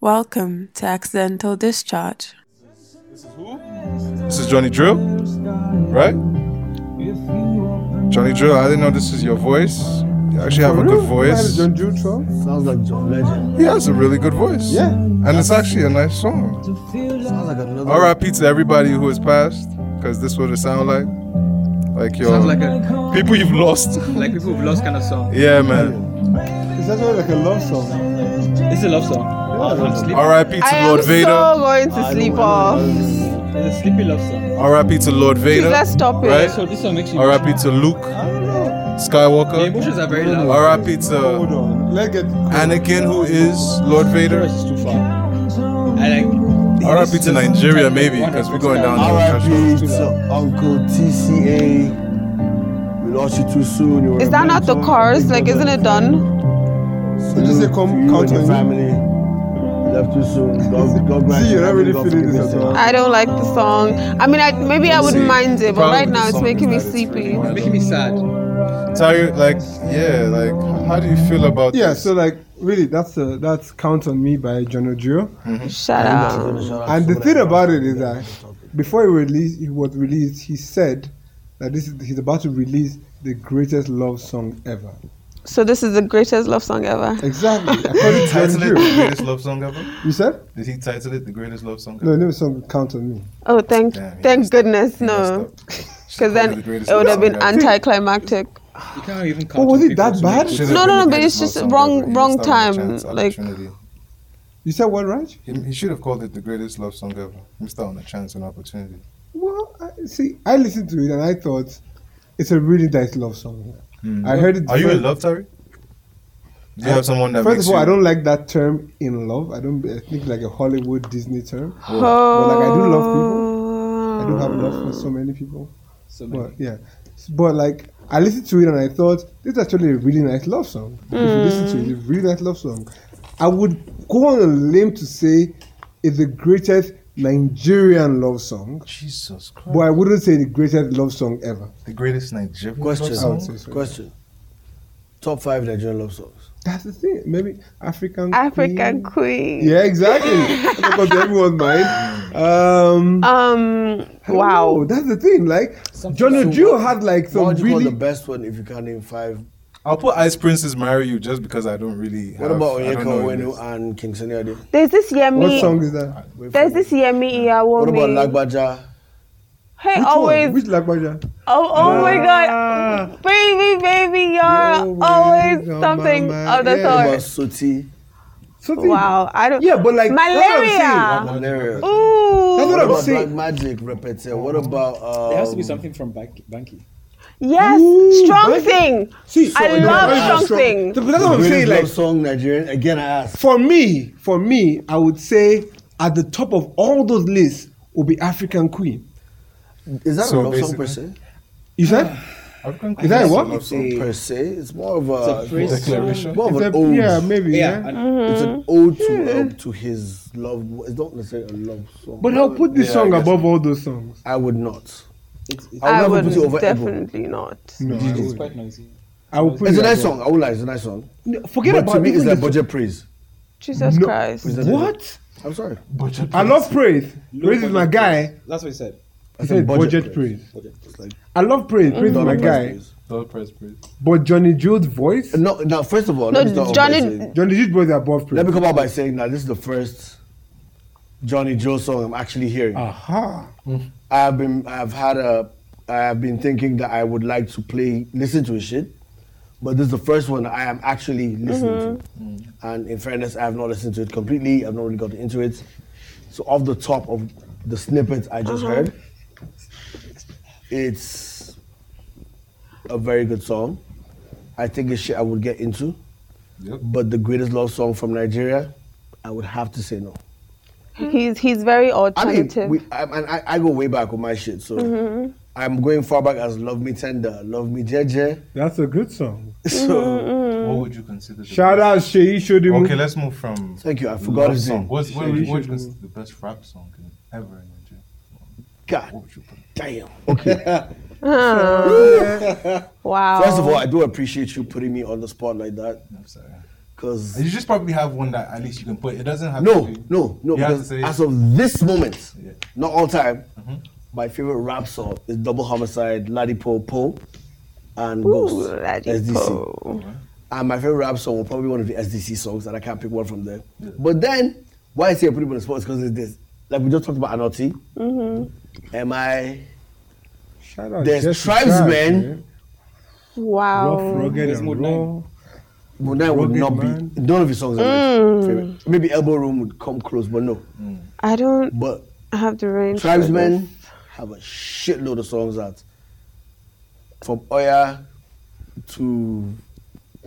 Welcome to Accidental Discharge. This is Johnny Drill, right? Johnny Drill, I didn't know this is your voice. You actually have a good voice. John Jutro. Sounds like John Legend. He has a really good voice. Yeah. And it's actually a nice song. Sounds like another. RIP to everybody who has passed, because this would have sound like. Like your Sounds like a people you've lost. like people who've lost kind of song. yeah, man. It's actually like a love song. It's a love song. Oh, I'm sleepy. RIP I to am Lord so Vader. going to sleep off. It's a sleepy love song. RIP to Lord Please, Vader. let's stop it. Right? So this song makes you. RIP to Luke The Skywalker. emotions are very loud. RIP Hold to on. Let's get. Anakin, who is Lord The Vader. chorus is too far. I like. RIP to Nigeria, maybe, because we're going down to the country. RIP to Uncle TCA. We lost you too soon. You were Is a that not the mentor, chorus? big Like, brother, isn't it done? salute Did you say come to you count and your on you? family. You Left too soon. God, God grant See, you're not every really love feeling this given at all. to you. I don't like the song. I mean, I, maybe I wouldn't mind it, but Problem right with now the it's song making me is that it's really sleepy. one of Making me sad. Tired, like, yeah, like, how do you feel about Yeah, this? so like really, that's uh, that's Count on Me by John Oduo. Shut up. And uh, the thing about it is that before it released, it was released. He said that this is he's about to release the greatest love song ever. So this is the greatest love song ever. Exactly. Did According he to John title it the Oduo. greatest love song ever? You said Did he title it the greatest love song no. ever? Name a song. Count on Me. Oh, thank, Damn, he thank messed up. goodness, He messed no. up. Should've called Because it then the it greatest would love have been song ever. anticlimactic. You can't even count. Oh, was on it people that to bad? make- Should've No, been no, the no, but greatest it's just love song wrong- ever. He wrong missed out on a time, chance, like- opportunity. You said what, Raj? He, he should have called it the greatest love song ever. Missed out on a chance and opportunity. Well, I, see, I listened to it and I thought it's a really nice love song. Hmm. I heard it. Are you in first- love, Tari? Do you have someone that First makes of all, you? I don't like that term "in love." I don't. I think like a Hollywood Disney term. Oh. But like, I do love people. I do have love for so many people. So many. But yeah, S- but like I listened to it and I thought this is actually a really nice love song. If you listen to it, it's a really nice love song. I would go on a limb to say it's the greatest Nigerian love song, Jesus Christ. but I wouldn't say the greatest love song ever. The greatest Oh, Nigerian Question. love song? say so. Question. Top five Nigerian love songs. That's the thing. Maybe African. African Queen. Queen. Yeah, exactly. That goes to everyone's mind. Um, Um, I don't know. wow. that's the thing. Like John So Oduo what- had like What some would you call really. the best one if you can't name five? I'll put Ice Princess Marry You just because I don't really. What have- about I Onyeka don't know who it Owenu is. and King Senior? There's this what Yemi. song is that? There's this Yemi What about Iyawomi. Lagbaja? Hey, Which always. One? Which Lagbaja? Oh, oh my God, baby, baby, You're you're always always on something my mind. of the Yeah. What about sort. Suti? Something. Wow, I don't. Yeah, but like that's what I'm saying. malaria. Malaria. That's Ooh, what What I'm about Black saying. Magic? Repete. What about? Um, There has to be something from Banky. Banky. yes, Ooh, strong baby. thing. See, I so- love Yeah, strong so- thing. so That's what I'm Greatest saying. love Like song Nigerian. Again, I ask. for me, for me, I would say at the top of all those lists will be African Queen. Is that So a love song per basically- se? You said? African Queen Is that a what? love It's song. a per se. It's more of a, It's a praise Declaration. Ah. More of Is an that- ode. yeah, maybe. Yeah. Yeah. Mm. and It's an ode to um, to his love. It's not necessarily a love song. But I'll put this Yeah, I song guess. above all those songs. I would not. It's, it's, I I would never put it over would Ebo. definitely not. No, I it's would. quite noisy. I would put It's a it nice above. song. I would like. It's a nice song. No, Forget but about to me, it's even like the- budget praise. Jesus No. Christ. Is that- What? I'm sorry. I love praise. Praise is my budget guy. That's what he said. I He said said budget praise. Budget. I love praise. Praise is Not my Mm. Love guy. Praise. Lord Press Praise. But Johnny Jude's voice, No, now first of all, No, let me start off by Johnny- saying- Johnny Jude's voice is above praise. Let me come out by saying that this is the first Johnny Joe song I'm actually hearing. Mm-hmm. Aha. I have been, I've had a, I have been thinking that I would like to play, listen to his shit, but this is the first one I am actually listening to. And in fairness, I have not listened to it completely. I've not really gotten into it. So off the top of the snippets I just heard, it's a very good song. I think it's shit I would get into. Yep. But the greatest love song from Nigeria, I would have to say no. He's he's very I mean, alternative. we, I, and I, I go way back with my shit, so Mm-hmm. I'm going far back as "Love Me Tender," "Love Me Jeje." That's a good song. Mm-hmm. So Hmm. What would you consider? The Shout best? out Shei Shodimu. Okay, let's move from. Thank you, I forgot love his song. name. What's, what Shey would you what would you Shodimu. consider the best rap song in, ever in Nigeria? What God would you put? damn. Okay. wow. Oh. First of all, I do appreciate you putting me on the spot like that. I'm sorry. Because You just probably have one that at least you can put. It doesn't have no, to be. no, no. You have to Because say as of this moment, Yeah. Mm-hmm. not all time, my favorite rap song is Double Homicide, Ladipo Po, and Ghost. Ooh, Daddy SDC. Poe. And my favorite rap song will probably be one of the SDC songs, and I can't pick one from there. But then, why I say I put him on the spot is because it's this. Like we just talked about Anotti. Mm-hmm. Am I? Shout out There's Jesse tribesmen. Tribe, man. Rough, Wow. rugged, There's and Mood raw. Well, that would Rugged not Man. be. None of his songs are my favorite. Maybe Elbow Room would come close, but no. I don't But have the range. for this. Tribesmen have a shitload of songs out. From Oya to um,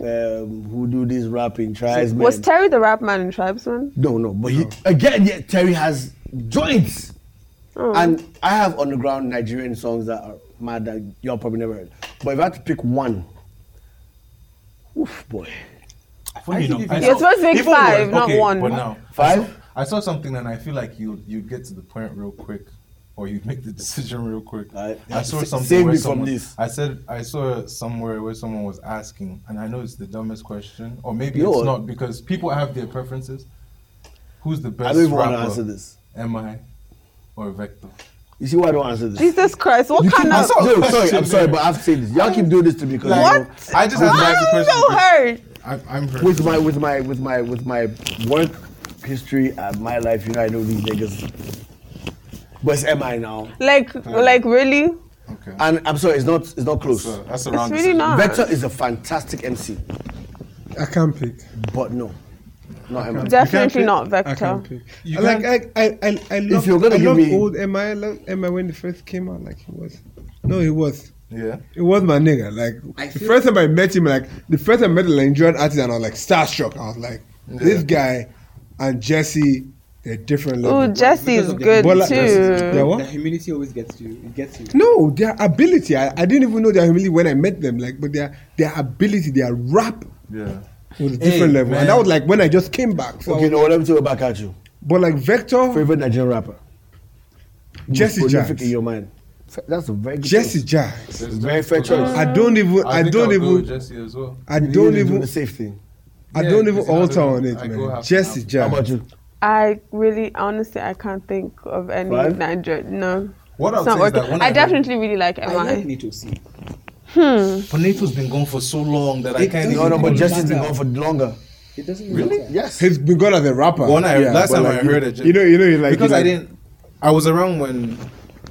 who do this rapping, Tribesmen. Was Terry the rap man in Tribesman? No, no. But he, again, yeah, Terry has joints. Oh. And I have underground Nigerian songs that are mad that y'all probably never heard. But if I had to pick one, oof, boy. Funny enough, I You're saw- supposed to make if it was- five, not okay, one. But now, Five? I saw, I saw something and I feel like you you get to the point real quick, or you make the decision real quick. Alright. I saw S- something. save where me from someone, this. I said I saw somewhere where someone was asking, and I know it's the dumbest question, or maybe No. it's not because people have their preferences. Who's the best I don't even want rapper? to answer this. Am I or Vector? You see why I don't answer this? Jesus Christ, what keep- kind I'm of. saw- sorry, no, sorry, question I'm sorry, there. but I have to say this. Y'all keep doing this to me because Like, What? I just had to Why ask the are you question. so hurt? I, I'm hurt. with my with my with my with my work history and my life, you know, I know these niggas. But it's MI now, Like, like really? okay. and I'm sorry, it's not it's not close. so that's It's around. really not. Vector is a fantastic MC, I can't pick. but no, not MI. Definitely pick- not I Vector. can't pick. You like I, I, I, I love. you're gonna I give love me- old Emma. I love Emma when he first came out. Like he was. No, he was. Yeah. It was my nigga. Like I the feel- first time I met him, like the first time I met a Nigerian artist, and I was like starstruck. I was like, this guy and Jesse, they're different Ooh, levels. Jesse because is of the- good Bola- Yeah, too. The what? humility always gets you. It gets you. No, their ability. I, I didn't even know their humility when I met them. Like, but their their ability, their rap Yeah. was a different Hey, level. man. And that was like when I just came back. So I Okay, was- no, let me throw it back at you. but like Vector, Favorite Nigerian rapper? Jesse Prolific in Jacks, your mind. F- That's a very good Jesse choice. Jacks. It's Very fair choice. I don't even. I, I think don't I'll go with even. Jesse as well. I You don't didn't do even. the safe thing. I Yeah, don't even because I alter don't- on it, I go half man. and Jesse half. How Jacks. about you? I really, honestly, I can't think of any Five? Nigerian. No, What I'll it's say not is working. that when I, I, definitely really like I like Emma. need to see. But NATO's been gone for so long that I can't No, No, even. no, but Matter. Jesse's been gone for longer. It doesn't really. Matter. Yes. He's been gone as a rapper. When I, Yeah, last but time like, I heard it, you know, you know, you like because you I like- didn't. I was around when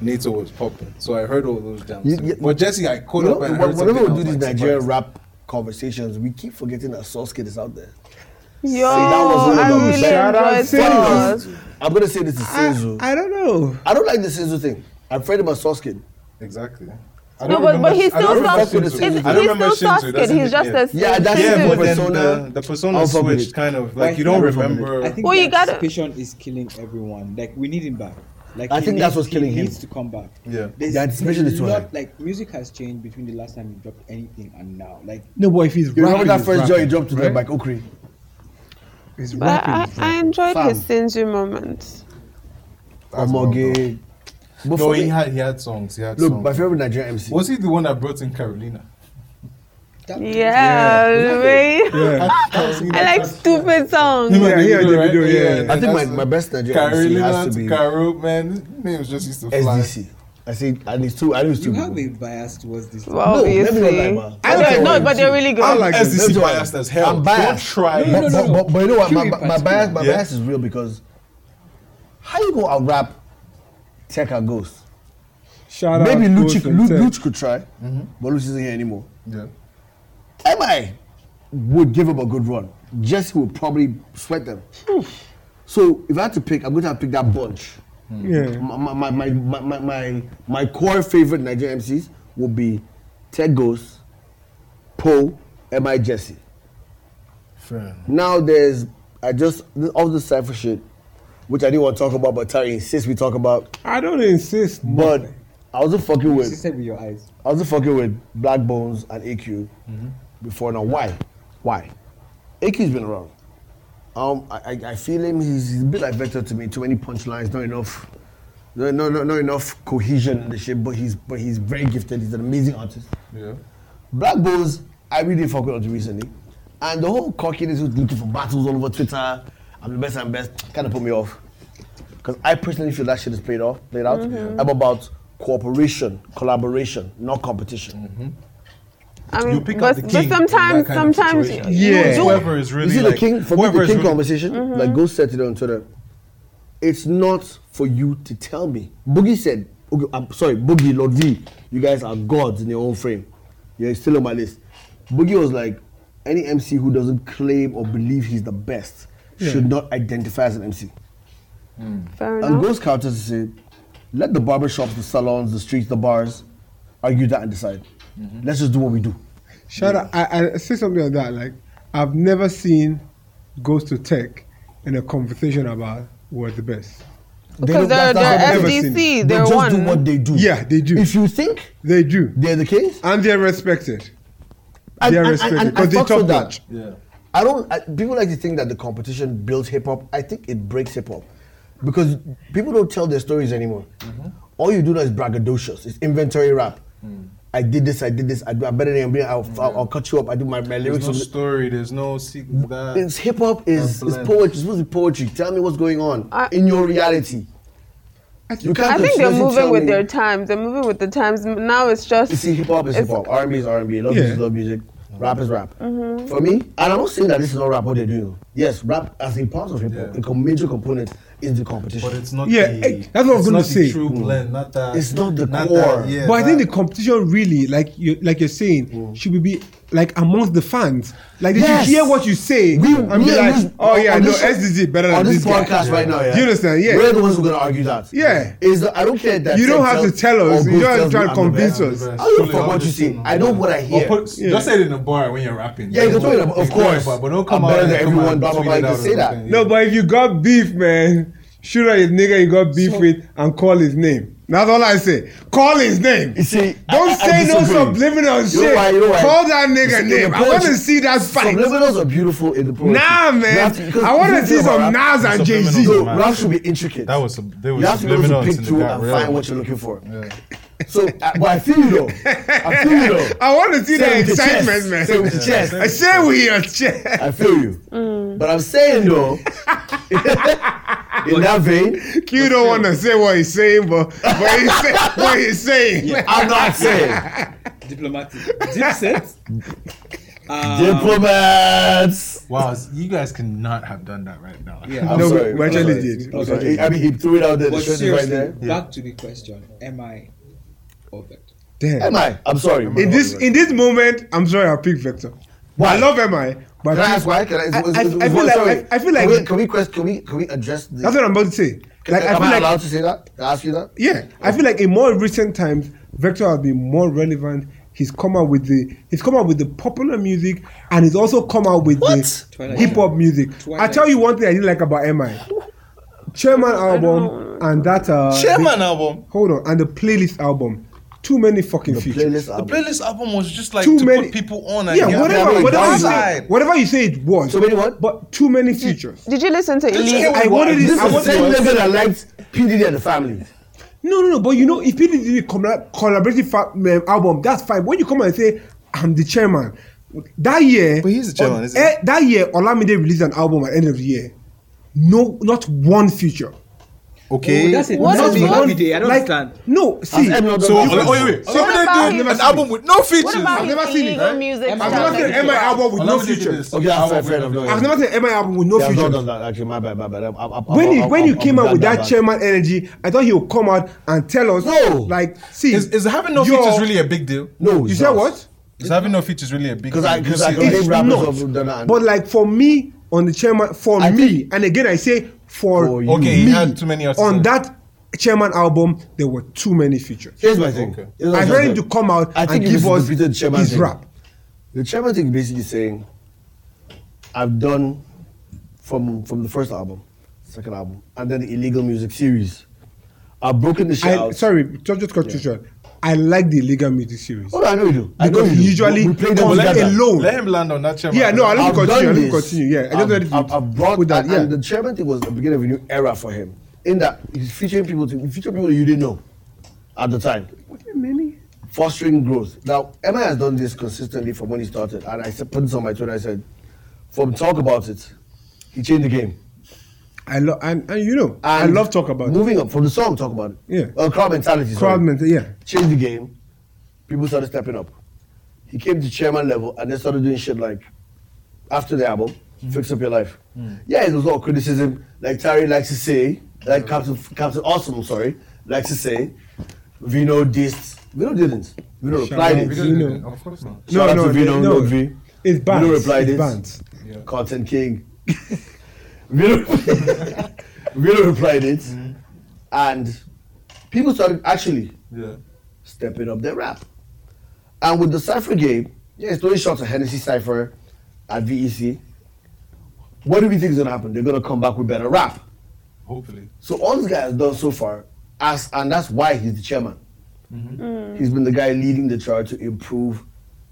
NATO was popping, so I heard all those jams. You- you- but Jesse, I caught You know, up and wh- I heard whenever something. we do I was these like, Nigerian surprised. rap conversations, we keep forgetting that Sauce Kid is out there. Yo, that was one of I the really Shout out enjoyed Sis. Sauce. I'm gonna say this is I, Sizzle. I, I don't know. don't like the Sizzle thing. I'm afraid about Sauce Kid. Exactly. I No, don't but, but remember- he's I don't still remember Shinzo. Sauce. He's, I he's don't remember still Sauce Shinzo, Kid. that's He's the- just yeah. a Yeah, that's- Yeah, Shinzo. but then Persona- the, the persona Alpha Blade. switched, kind of But I like you think don't that's- remember. I think Well, the you gotta- anticipation is killing everyone. Like we need him back. Like I he think that's what's he killing him. needs to come back. Yeah. There's, The anticipation there's is a too lot- high. Like music has changed between the last time he dropped anything and now. Like No, but if he's rapping, You remember that he's first rapping, joint you dropped to them right? by Okri? He's But rapping. I, he's I rapping. enjoyed Fam. his Sinju moments. Omoge. But No, for he me, had he had songs. He had look, songs. my favorite Nigerian MC. was he the one that brought in Carolina? that Yeah, Louis. Yeah. I like stupid songs. Yeah, yeah, Davido, right? Davido, yeah. yeah. I think my, That's- my best Nigerian MC Carolina has to to be Caro, man. His names just used to fly. SDC. I say, and it's two, I think it's two. you have a bias towards this. thing. Well, No, let me not lie, obviously. man. But I they're- like no, them but they're really good. I like him. SDC Don't biased try. as hell. I'm Don't biased. try. No, no, But, no, but, no. but you know what? My, Cue my, in my bias, my particular. bias is real because how you gonna out rap Tech and Ghost? Shout Maybe out. Luch, Ghost and Luch, Tech. Luch could try, Mm-hmm. but Luch isn't here anymore. Yeah. MI would give him a good run. Jesse would probably sweat them. So if I had to pick, I'm going to have to pick that bunch. Yeah. My, my, my, my, my, my, my core favorite Nigerian MCs would be Ted Ghost, Poe, MI Jesse. Fair. Now there's I just all the cipher shit, which I didn't want to talk about, but Terry insists we talk about. I don't insist. But I wasn't fucking She with said with your eyes. I wasn't fucking with Black Bones and AQ before now. Why? Why? AQ's been around. Um, I, I, I feel him. He's, he's a bit like Vector to me. Too many punchlines. Not enough. No, no, no, not enough cohesion in the shit. But he's but he's very gifted. He's an amazing artist. Yeah. Black Bulls, I really fuck with until recently. And the whole cockiness who's looking for battles all over Twitter, I'm the best, I'm best, kind of put me off. Because I personally feel that shit is played off, played out. I'm about cooperation, collaboration, not competition. I mean, You pick but, up the but king in that sometimes, kind of sometimes, situation. you Yeah. do- Whoever is really you see like the king for me, whoever the is king really- conversation. Mm-hmm. Like go set it on Twitter. It's not for you to tell me. Boogie said, okay, I'm sorry, Boogie Lord V, you guys are gods in your own frame. You're still on my list. Boogie was like, any MC who doesn't claim or believe he's the best should not identify as an MC. Mm-hmm. fair And enough. goes counter to say, let the barbershops, the salons, the streets, the bars argue that and decide. Mm-hmm. Let's just do what we do. Shout out! I, I say something like that. Like I've never seen goes to tech in a conversation about we're the best. Because don't- they're, they're that's- that's what I've never SDC, seen. They they're just do one. what they do. Yeah, they do. If you think They do, they're the kings, and they're respected. And- They are and- respected and- and because they fuck top with notch. Yeah. I don't. I, people like to think that the competition builds hip hop. I think it breaks hip hop because people don't tell their stories anymore. Mm-hmm. All you do now is braggadocious. It's inventory rap. Hmm. I did this. I did this. I do. I better than anybody. I'll, I'll, I'll cut you up. I do my, my lyrics. There's no on- story. There's no secret. That it's hip hop is, A is blend. poetry. It's supposed to be poetry. Tell me what's going on I- in your reality. You can't I think they're just moving tell with me- their times. They're moving with the times. Now it's just You see, hip hop is hip it's- hop. R and B is R and B. Love music is Yeah. love music. Rap is rap. For me, and I'm not saying that this is not rap. What they do. Yes, rap as a part of hip hop, Yeah. a major component is the competition. but it's not. Yeah, eh, the, that's what I was it's gonna not the say. True blend. Not that. Mm. It's not the core. That, yeah, but I think that- the competition really, like you, like you're saying, should we be like amongst the fans. Like they Yes. should hear what you say We- and we be on like, this- "Oh yeah, on no, this- SDG better on than this this guy." podcast right now, yeah. You understand? Yeah. We're the ones who are gonna argue that. Yeah. Is the, I don't care that You don't Ted have tells- to tell us. or You Goose don't have to tells try me to I'm the convince best. us. I don't give a fuck what you say. I know what I Or hear. put, Yeah. Just say it in a bar when you're rapping. yeah, you can Don't- throw it up, you of can throw it in a course. bar, But don't come I'm out better and than come out everyone. and Blah blah tweet blah. it You can out or say that. something. No, but if you got beef, man, shoot at his nigga you got beef with and call his name. That's all I say. Call his name. You see, don't I- I- I say no disagree. subliminal You know shit. why- you know why? Call that You see, nigga in name. the I want to poetry- see that fight. Subliminals are beautiful in the poetry. Nah, You man. have to- because I want you to see think about some rap- Nas and Jay Z. No, Man. rap should be intricate. That was some- there was you have to be able subliminals to in pick the through rap, and really. find what you're looking for. So, I, but I feel you though. I feel you though. I want to see Say that it with your excitement, chest. man. Say it with your chest. I say we are chest. I feel you. But I'm saying though, in that vein, You don't want to say what he's saying, but but he's say, what he's saying. I'm not saying Diplomatic. Deep set. Uh, Um, diplomats. Wow, you guys cannot have done that right now. Yeah. I'm No, we- sorry. we I'm actually sorry. did. I'm sorry. I mean, he threw it out there. The But truth is right seriously, there. back to the question: Am I perfect? Damn. Am I? I'm sorry. In this in this moment, I'm sorry, I'll pick Vector. Why? I love MI, but Can I ask why? Can I, I- I- I feel like- sorry. I- I feel like- Can we, can we, quest, can we, can we address this? that's what I'm about to say. Like I Am feel I like allowed to say that? Can I ask you that? Yeah, I feel like in more recent times, Vector has been more relevant. He's come out with the he's come out with the popular music, and he's also come out with the Twilight hip hop Zone. music. I Twilight tell you one thing I didn't like about MI, Chairman album and that uh, Chairman album. the- hold on, and the playlist album. Too many fucking The features. playlist The album. playlist album was just like Too to many put people on and Yeah, get whatever, them whatever, you say, outside. whatever you say, it was. Too many what? But too many features. Did you listen to Did you Elite? hear what- I wanted This it. I is the wanted same level that liked P Diddy and the family. No, no, no. But you know, if you did a colla- collaborative fa- um, album, that's fine. When you come and say, "I'm the chairman," that year, But he's the chairman, on- isn't he? eh, that year, Olamide released an album at the end of the year. No, not one feature. Eh, Okay. Oh, that's it. What That's is me wrong? every day. I don't like, understand. No, see, Has M not So, oh, done wait, that? wait, wait. So, What about they him? did an album with no What features. about never his seen it. illegal music? I've I've Yeah, never like seen you an MI said. album with no Olamide did features. this. Okay, that's fair, fair enough. no, yeah. I've never seen an MI album with no Yeah, I've not done features. that actually. My bad, my bad. I'm, I'm, I'm, When he I'm, when I'm, you I'm came out glad with that that bad. chairman energy, I thought he would come out and tell us, No. like, see, Is, is having no your- features really a big deal? No, You said what? Is having no features really a big deal? Because I You because see I it can all- name It's rappers not. of done that. But like for me on the chairman, for I me, think- and again I say for, For you. Okay, me, he had too many artists on on. that chairman album, there were too many features. here's my thing. Okay. Here's what I I'm heard him saying. to come out I and think you give us misinterpreted the chairman his thing. rap. The chairman thing basically saying, I've done from from the first album, second album, and then the illegal music series. I've broken the shit I, out. sorry, just just cut you short. I like the illegal music series. Oh, no, I know you do. I know Because you do. usually we play them comes together. alone. Let him land on that chairman. Yeah, no, I love- Let me I've continue, done let me this. continue, yeah. I just I've- wanted to I've, I've brought put that, that. And, yeah. and the chairman thing was the beginning of a new era for him. In that he's featuring people, to, featuring people you didn't know at the time. Fostering growth. Now, Emma has done this consistently from when he started, and I said, put this on my Twitter. I said, from Talk About It, he changed the game. I love and, and you know I And love talk about it. Moving up from the song, Talk About It. Yeah. Uh, crowd mentality. sorry. crowd mental. Yeah, Changed the game. People started stepping up. He came to chairman level and they started doing shit like, after the album, Fix Up Your Life. Yeah, it was all criticism. Like Terry likes to say, like Captain, Captain Awesome, sorry, likes to say, Vino dissed. Vino didn't. Vino replied out it. Vino. didn't you do know. that. Of course not. Shout out No, to no, Vino, no. not V. it's banned. Vino replied it's it. banned. Content King. Vino, Vino replied it. And people started actually Yeah. stepping up their rap. And with the Cypher game, yeah, it's throwing shots at Hennessy Cypher at VEC. What do we think is going to happen? They're going to come back with better rap. Hopefully. So all this guy has done so far, as, and that's why he's the chairman. He's been the guy leading the charge to improve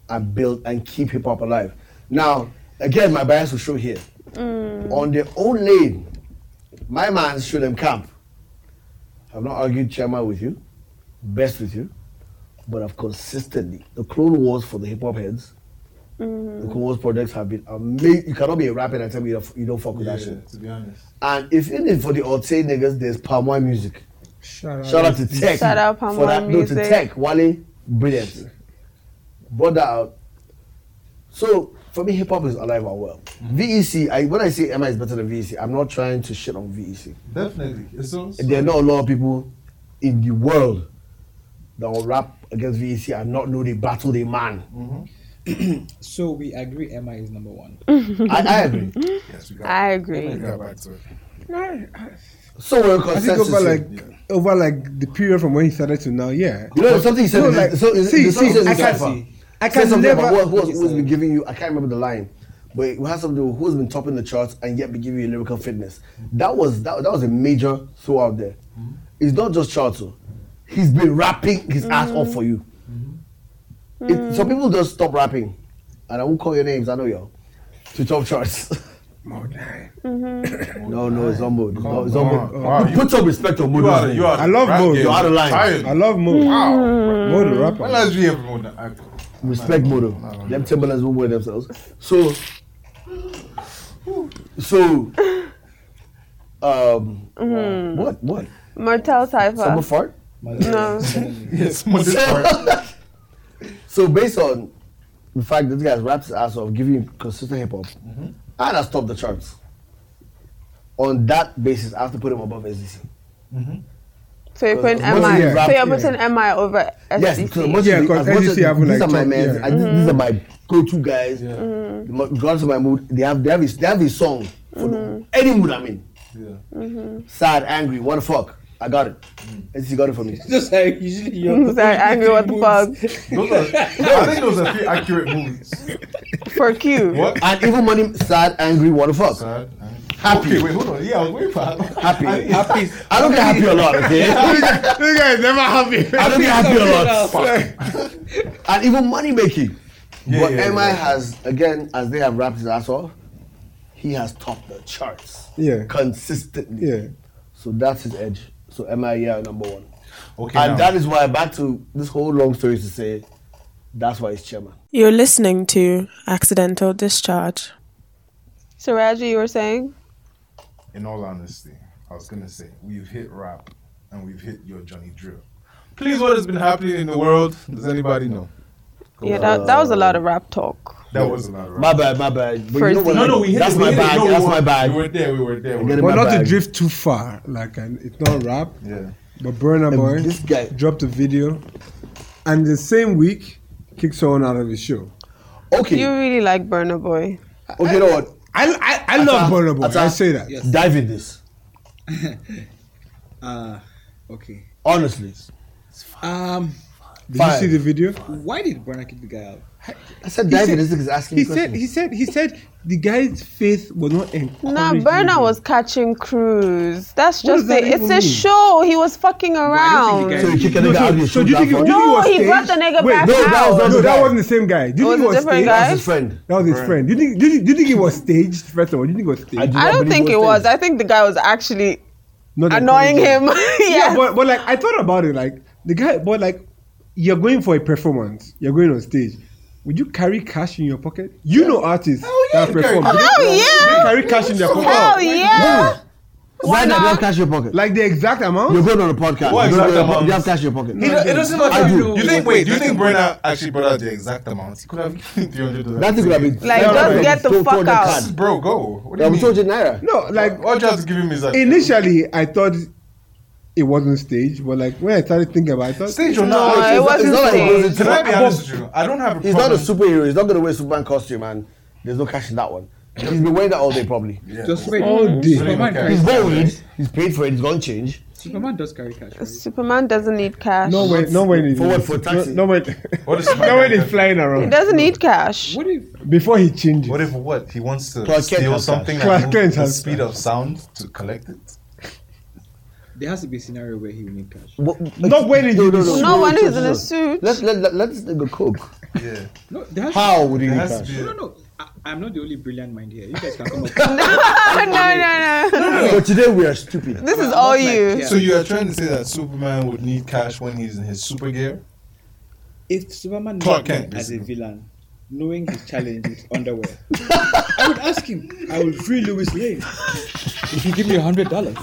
and build and keep hip hop alive. Now, again, my bias will show here. On their own lane, my man should them camp. I've not argued chairman with you, best with you, but I've consistently the Clone Wars for the hip hop heads. The Clone Wars projects have been amazing. You cannot be a rapper and tell me you don't, you don't fuck with Yeah, that shit. to be honest. And if it is for the Altay niggas, there's palm wine music. Shout out to Tech. Shout out Palm for that, Wine No, to Music. Tech. Wale, brilliant. Brought that out. So, for me, hip hop is alive and well. VEC, I, when I say MI is better than VEC, I'm not trying to shit on VEC. Definitely. It's so, so- There are not a lot of people in the world that will rap against VEC and not know they battle their man. So we agree Emma is number one. I, I agree. Yes, we got, I we agree. got back to it. So, we're in I think consensus. over here. like over like the period from when he started to now. Yeah, you know, there's something he said. No, in like, his- so, is it- see, there's something see, he said in I his can- offer. I Say can something about never. who, who, has, who has been giving you. I can't remember the line, but it has something to do with who's been topping the charts and yet be giving you lyrical fitness. That was that, that was a major throw out there. It's not just charts. oh. He's been rapping his ass off for you. It, some people just stop rapping, and I won't call your names. I know y'all to top charts. eh. no, no, it's on mode. No, it's on mode. on. Wow, you- Put some respect on mode. You are, the- you are I love rap Mo. game. You are the lion. Tired. I love Mo. Wow. Mm. Mo the When rapper. last we ever won that? respect model. Ah, Them Timberlands won't wear themselves. So, so, um, what, what? Martel Summer Cypher. fart? No. Yes, this part. So based on the fact that this guy's raps his ass off, giving you consistent hip hop, Mm-hmm. and I stopped the charts. On that basis, I have to put him above SDC. So you're putting Once MI. you rap- so you're yeah. putting MI over E Yes, because SDC. much Yeah, as- 'cause as much as SDC have, these like, are my top- men. yeah. I- These are my go-to guys. Yeah. My- Regardless of my mood, they have they have a, they have a song for any mood I'm in. Yeah. sad, angry, what the fuck? I got it. Mm. And she got it for me. Just like usually you're Sorry, angry, what the fuck? Those are, I think those are three accurate movies. For Q. What? And even money, sad, angry, what the fuck? Sad. eh? Happy. Okay, wait, hold on. Yeah, I was waiting for Happy. I, happy. I don't get happy a lot, okay? I This guy is never happy. don't get happy a lot. fuck. And even money making. Yeah, but yeah, MI yeah. has, again, as they have wrapped his ass off, he has topped the charts. Yeah. Consistently. Yeah. So that's his edge. So MI, yeah, number one. Okay. and now, that is why, back to this whole long story to say, that's why he's chairman. You're listening to Accidental Discharge. So Raji, you were saying? in all honesty, I was gonna say we've hit rap and we've hit your Johnny Drill. Please, what has been happening in the world? Does anybody know? Yeah, that, that was a lot of rap talk. That was a lot of My rap. bad, my bad. But First you know what? No, no, that's it, my hit it. bag. No, we that's were- my bag. We were there. We were there. We Get were it But my not to bag. drift too far. Like and it's not rap. Yeah. But Burna And Boy this guy- dropped a video, and the same week kicked someone out of his show. Okay. You really like Burna Boy. Okay, you know what? I I, I love Atta- Burna Boy. Atta- I say that. Yes. Dive in this. Uh, okay. Honestly. Um, Did Fine. you see the video? why did Burna kick the guy out? I said dive said- in this is asking He me questions. said he said he said the guy's faith was not encouraged. Nah, Burna was catching cruise. That's What does just that it. It's even a mean? show. He was fucking don't around. think so you kick a nigga No, out of your so, so shoe do you think, that do you far? think No, was he staged? brought the nigga Wait, back no, out. That was, no, That that was wasn't the same guy. Do you think It was a it was different staged? guy. That's his friend. That was his friend. Do you think do you, do you think it was staged? First of all, do you think it was staged? do I not don't believe think those it was. things. I think the guy was actually Not annoying encouraged. him. Yeah, yeah. but, but like I thought about it, like the guy, but like you're going for a performance, you're going on stage. Would you carry cash in your pocket? You know artists. Hell that performed. Hell yeah! They carry cash in their pocket. Hell yeah! Why not? You have cash in your pocket. Like the exact amount? You're going on a podcast. What you don't- exact you have- amount? You have cash in your pocket. It, it doesn't I matter. do. You think? Wait. Do you think Brenna actually brought out the exact amount? He could have given three hundred dollars. That thing could have been. Like, Yeah, just right. get the Don't fuck call the out. card. bro. Go. What do you I'm mean? told you naira. No, like All you have to give him is like initially I thought it wasn't staged, but like when I started thinking about it, I thought Stage or No, not? like, it it's- wasn't not like it staged. was- Can I be honest with you? I don't have a He's not a problem. superhero. He's not going to wear Superman costume, and there's no cash in that one. He's been wearing that all day, probably. Yeah. just all day. Superman, Okay. carries He's cash, borrowed. right? He's paid for it. He's going to change. Superman does carry cash. Right? Superman doesn't need cash. No way, no way. For what? For taxi? No, no way. What is No way they're Superman? flying He around doesn't need cash. What if before he changes. What if what he wants to Clark Kent steal has something cash. Clark that Kent moves the has speed of sound to collect it? there has to be a scenario where he will need cash? What- Not when he's in a suit. No one is in a suit. Let's let, let let's go cook. Yeah. No, there has How would he It need has to cash? be. No, no, no. I, I'm not the only brilliant mind here. You guys can come up. no, no, no. So today we are stupid. This is all you. So you are trying to say that Superman would need cash when he's in his super gear? If Superman knew Clark Clark Kent, as a basically. villain, knowing his challenge with underwear, I would ask him, I will free Louis Lane if you give me a hundred dollars.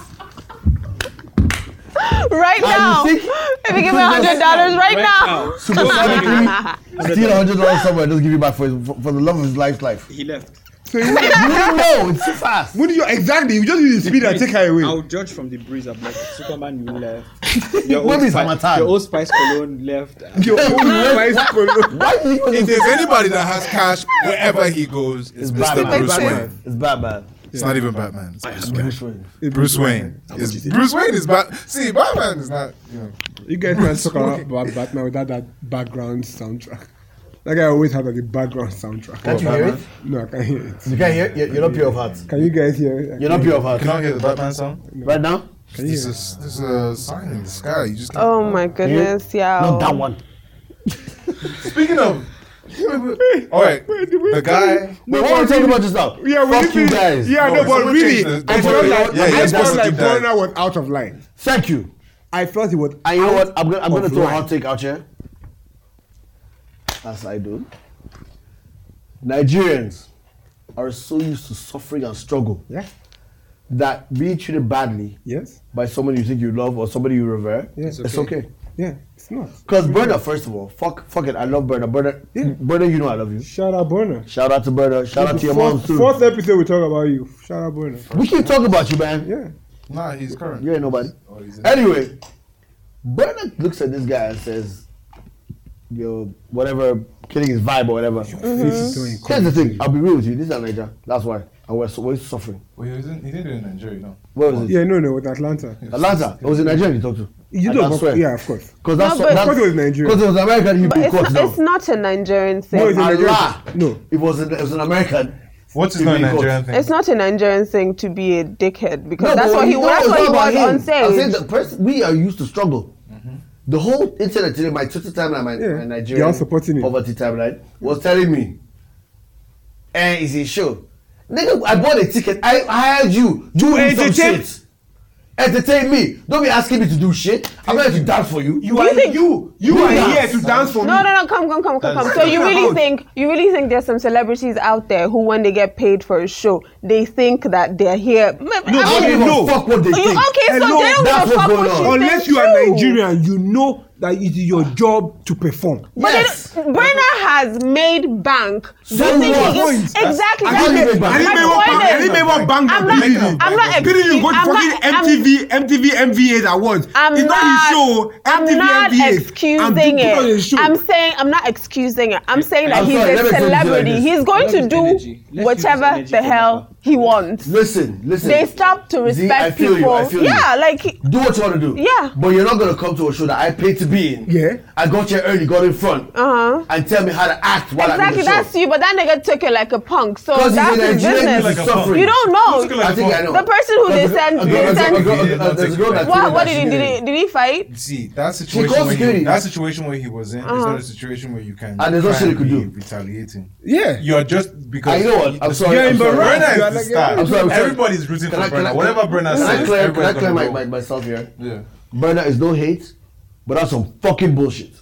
Right now. think- If you give me $100 right now. Super Sonic steal a hundred dollars somewhere, just give it back for, his, for for the love of his life's life. He left. So you wouldn't- You don't know. It's too fast. wouldn't you exactly? You just use the speed and take her away. I'll judge from the breeze. I'm like, Superman, you left. Your What old is Spi- Hamatan? Your old Spice Cologne left. Your own wise cologne. Why do you think If there's anybody that has cash wherever he goes, it's, it's Mr. Batman? Bruce Batman. Wayne. It's Batman. It's not even Batman. It's Bruce Wayne. Bruce Wayne. Bruce Wayne. It's Bruce Wayne is Bat. See, Batman is not. You know, You guys can talk about Batman without that background soundtrack. That guy always had the background soundtrack. Can't you hear it? No, I can't hear it. You can't hear. You're, you're not pure of heart. Can you guys hear it? You're not pure of heart. can I hear the Batman song? Right now? There's a, there's a sign in the sky. You just. Can't. Oh my goodness, yeah. Not that one. Speaking of. All right, the guy. Wait, what were we talking about just now? Yeah, we Fuck didn't you finish- guys. Yeah, no, No, but someone really, changed the- I felt Yeah, like yeah, you're I supposed felt to like do that. Burner was out of line. Thank you. I felt he was. And you know out what? I'm gonna I'm gonna of throw a line. hot take out here. As I do. Nigerians are so used to suffering and struggle Yeah. that being treated badly Yes. by someone you think you love or somebody you revere, Yeah, it's it's okay. okay. Yeah. It's not. Because Berna, first of all, fuck, fuck it, I love Berna. Berna, Yeah. Berna, you know I love you. Shout out Burner. Shout out to Berna. Shout out to your mom fourth, too. fourth episode we talk about you. Shout out Burner. We keep talking about you, man. Yeah. Nah, he's current. You ain't nobody. Oh, he's in- Anyway, Bernard looks at this guy and says, "Yo, whatever, killing his vibe or whatever." Here's Uh-huh. the thing. I'll be real with you. This is Niger. That's why. And we're, so, we're suffering. Wait, he, wasn't, he didn't do it in Nigeria, no. Where was it? Yeah. No. No. With Atlanta. Atlanta. It was in Nigeria you talked to. You And don't. that's where- Yeah. Of course. Because that's No, but- that's Because it was Nigeria. Because it was American. You'd But be it's caught not, now. it's not a Nigerian No, it's thing. a Nigerian- Allah. No. It was an, it was an American. What is He not a being caught. Nigerian thing? It's not a Nigerian thing to be a dickhead because No, that's but what he, no, that's it's what he not about was him. on I'm saying stage. the person, we are used to struggle. The whole internet today, my Twitter timeline, my, Yeah, my they Nigerian are supporting it. poverty timeline, was telling me, eh, it's a show. Nigga, I bought a ticket. I hired you. You entertain entertain- shit. Entertain me. Don't be asking me to do shit. I'm not here to dance for you. You Do you think- you. You are dance. here to dance for No, me. no, no, come, come, come, come, come. That's- So you really Out. think you really think there's some celebrities out there who, when they get paid for a show, they think that they're here? No, I don't give No. a fuck what they You, think. okay, so Hello, they don't give that's a fuck what what's going you on. think Unless you are too. Nigerian, you know that it is your job to perform. But Yes. it, Brenner has made bank. Do So you think what? he gives- That's- exactly? I didn't make That's bank. I My didn't make my one bang. point I is- didn't make one bang. I'm for not. PDD. I'm not. Didn't you go to I'm fucking not- I'm- MTV, MTV, MVAs awards? I'm it's not, not- his show. MTV, I'm not MVAs. and excusing you put on a it. show. I'm saying I'm not excusing it. I'm saying that I'm he's sorry, let me a put it like celebrity. this. He's going Let's to use do energy. Let's use whatever energy the for hell nothing. he wants. Listen, listen. They stop to Z, I respect feel you, I people. feel you. Yeah, like Do what you want to do. Yeah. But you're not going to come to a show that I paid to be in. Yeah. I got here early, got in front, Uh-huh. and tell me how to act while exactly I'm in the that's you. But that nigga took it like a punk. So Because that's he's in his Nigeria, business. like Like a suffering. you don't know. Look like I think I know. The person who they sent- A girl- they a girl- sent- a girl- a girl- there's a girl that told What? me What that did he she- did? He, did he fight? See, that calls situation, where security. he, that situation where he was in is not a situation where you can And there's no try shit you could be do. retaliating. yeah. You're just because I know what, I'm sorry, You're I'm sorry. Brenna You're is the like, star. I'm sorry, I'm sorry. Everybody's rooting Can I- for can I- Brenna. Whatever Brenna Can I says, clear, can I everybody's clear my, gonna my, go. myself here? Yeah. Burner is no hate, but that's some fucking bullshit.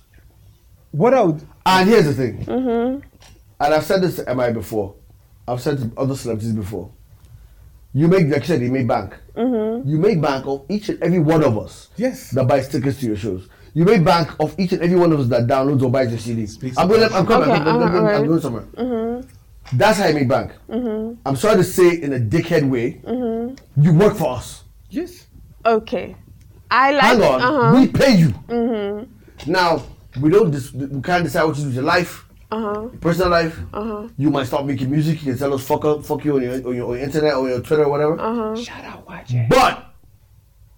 What I would Mm-hmm. And here's the thing. And I've said this to MI before. I've said to other celebrities before. You make, like you said, you make bank. Mm-hmm. You make bank of each and every one of us. Yes. That buys tickets to your shows. You make bank of each and every one of us that downloads or buys your CD. Speaks I'm going. I'm coming. Okay, uh-huh, Mm-hmm. I'm, going- I'm going- alright. I'm going somewhere. That's how you make bank. Mm-hmm. I'm sorry to say, in a dickhead way, you work for us. Yes. Okay. I like. Hang on, Uh-huh. Mm-hmm. we pay you. Now we don't. Dis- we can't decide what you do with your life, Uh-huh. your personal life. You might start making music. You can tell us fuck up, fuck you on your on your, on your internet or your Twitter or whatever. Uh-huh. But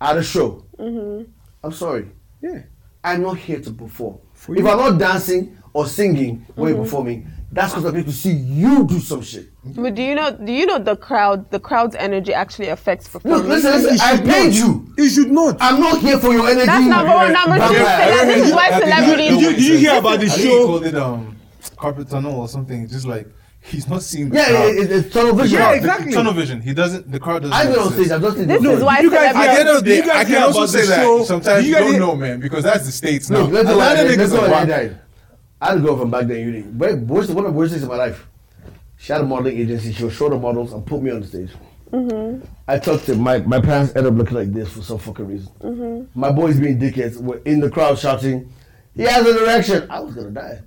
at a show, Mm-hmm. I'm sorry, Yeah. I'm not here to perform. For if you. Mm-hmm. I'm not dancing or singing when you're performing, that's because I'm here to see you do some shit. But do you know? Do you know the crowd? The crowd's energy actually affects No, performance. listen, listen. I paid you. It should not. I'm not here for your energy. That's number one. Number two. Vampire. cele- This is why I think- Did you, celebrities. did you hear about the I think he show? called it um, carpet tunnel or something. Just like he's not seeing the Yeah, crowd. it, it, it's tunnel vision. Yeah, exactly. Tunnel vision. He doesn't. The crowd doesn't. I get on exist. stage. I'm just in This the is why you guys At the end celebrities. of the Did day, you guys I hear can also about say the that show? sometimes Did you you guys don't hear- know, man, because that's the states now. Look, let's go. Atlanta Let's niggas go. are I wild. died. I'd go from back then. You didn't. But worst, one of the worst things in my life. She had a modeling agency. She would show the models and put me on the stage. I talked to my my parents. Ended up looking like this for some fucking reason. My boys being dickheads were in the crowd shouting, "He has an erection." I was gonna die.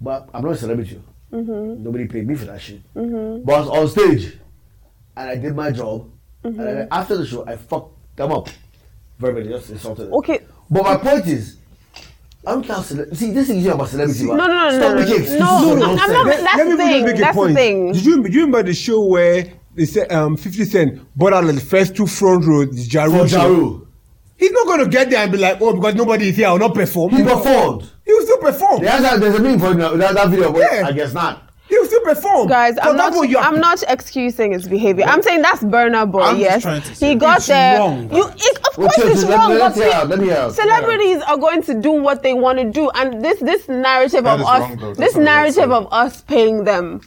But I'm not a celebrity. Nobody paid me for that shit. But I was on stage, and I did my job. And then after the show, I fucked them up. Very very just insulted. them. Okay. But my point is, I don't care. how Cele- See, this is you about celebrity. No, no, no, no, Stop no, making no. excuses. No, for no, I'm nonsense. not- that's the just thing, that's the thing. Did you, do you remember the show where they said um, 50 Cent bought out the first two front rows, the Ja Rule For show? Ja Rule. He's not going to get there and be like, oh, because nobody is here, I'll not perform. He performed. He will still perform. There's a, there's a meme for him now. That, that video, but Yeah. I guess not. He will still perform. Guys, For I'm not. that one, you are- I'm not excusing his behavior. I'm saying that's Burner Boy. I'm just yes, trying to he say got it's there. wrong. You, it, of Well, course, Chelsea, it's let- wrong. let me but hear out, let me hear out. Celebrities are going to do what they want to do, and this this narrative That of is us, wrong, though. That's this not what I narrative said. of us paying them.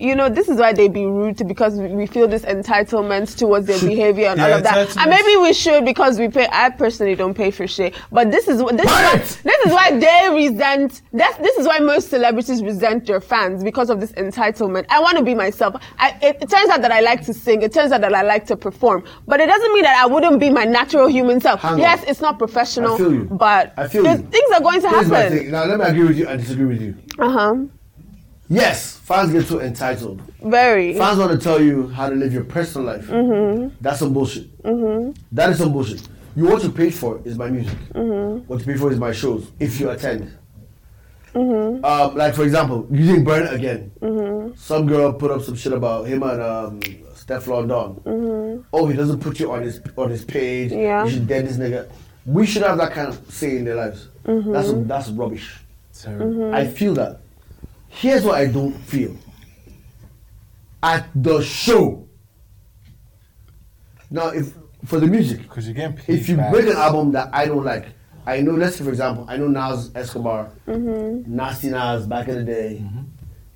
You know, this is why they be rude to because we we feel this entitlement towards their behavior and all of that. And entitlement. maybe we should because we pay. I personally don't pay for shit, but this is what this is why, Right. this is why they resent. That's, this is why most celebrities resent their fans because of this entitlement. I want to be myself. I, it, it turns out that I like to sing. It turns out that I like to perform, but it doesn't mean that I wouldn't be my natural human self. Hang on. yes, it's not professional, I feel you. but I feel there's- you. things are going to Here's my happen. thing. Now, let me agree with you and disagree with you. Uh huh. Yes, fans get too entitled. Very. Fans want to tell you how to live your personal life. That's some bullshit. That is some bullshit. You what you paid for is my music. What you pay for is my shows. If you attend, um, like for example, using Burn again. Some girl put up some shit about him and um, Stefflon Don. Oh, he doesn't put you on his on his page. Yeah. You should dead this nigga. We should have that kind of say in their lives. That's that's rubbish. I feel that. Here's what I don't feel. At the show. Now, if for the music, Because you're getting paid. if you back. make an album that I don't like, I know. Let's say for example, I know Nas Escobar, Nasty Nas back in the day,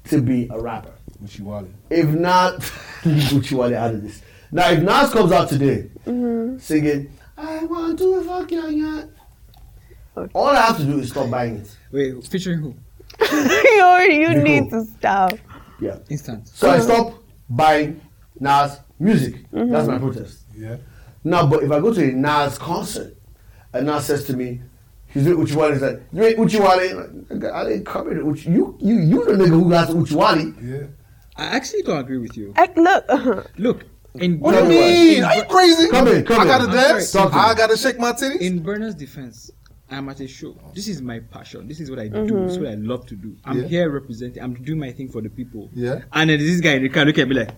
to be a rapper. With you, Wally. If not, Gucci Wale out of this. Now, if Nas comes out today singing, I want to fuck your yacht. All I have to do is stop buying it. Wait, featuring who? you you Nicole. need to stop. Yeah. Instant. So I Mhm. stop buying Nas music. That's my protest. Yeah. Now, but if I go to a Nas concert and Nas says to me, he's doing Uchiwale, he's like, you ain't Uchiwale. Like, I didn't come here to Uchi. You, you, you the nigga who got to Uchiwale. Yeah. I actually don't agree with you. I, look. Look, in What do you mean? Are you crazy? Come in, come I in. gotta dance. Talk to me. I gotta shake my titties. In Bernard's defense, I'm at a show. This is my passion. This is what I do. This is what I love to do. I'm Yeah. here representing. I'm doing my thing for the people. Yeah. And then this guy in the car look at me like,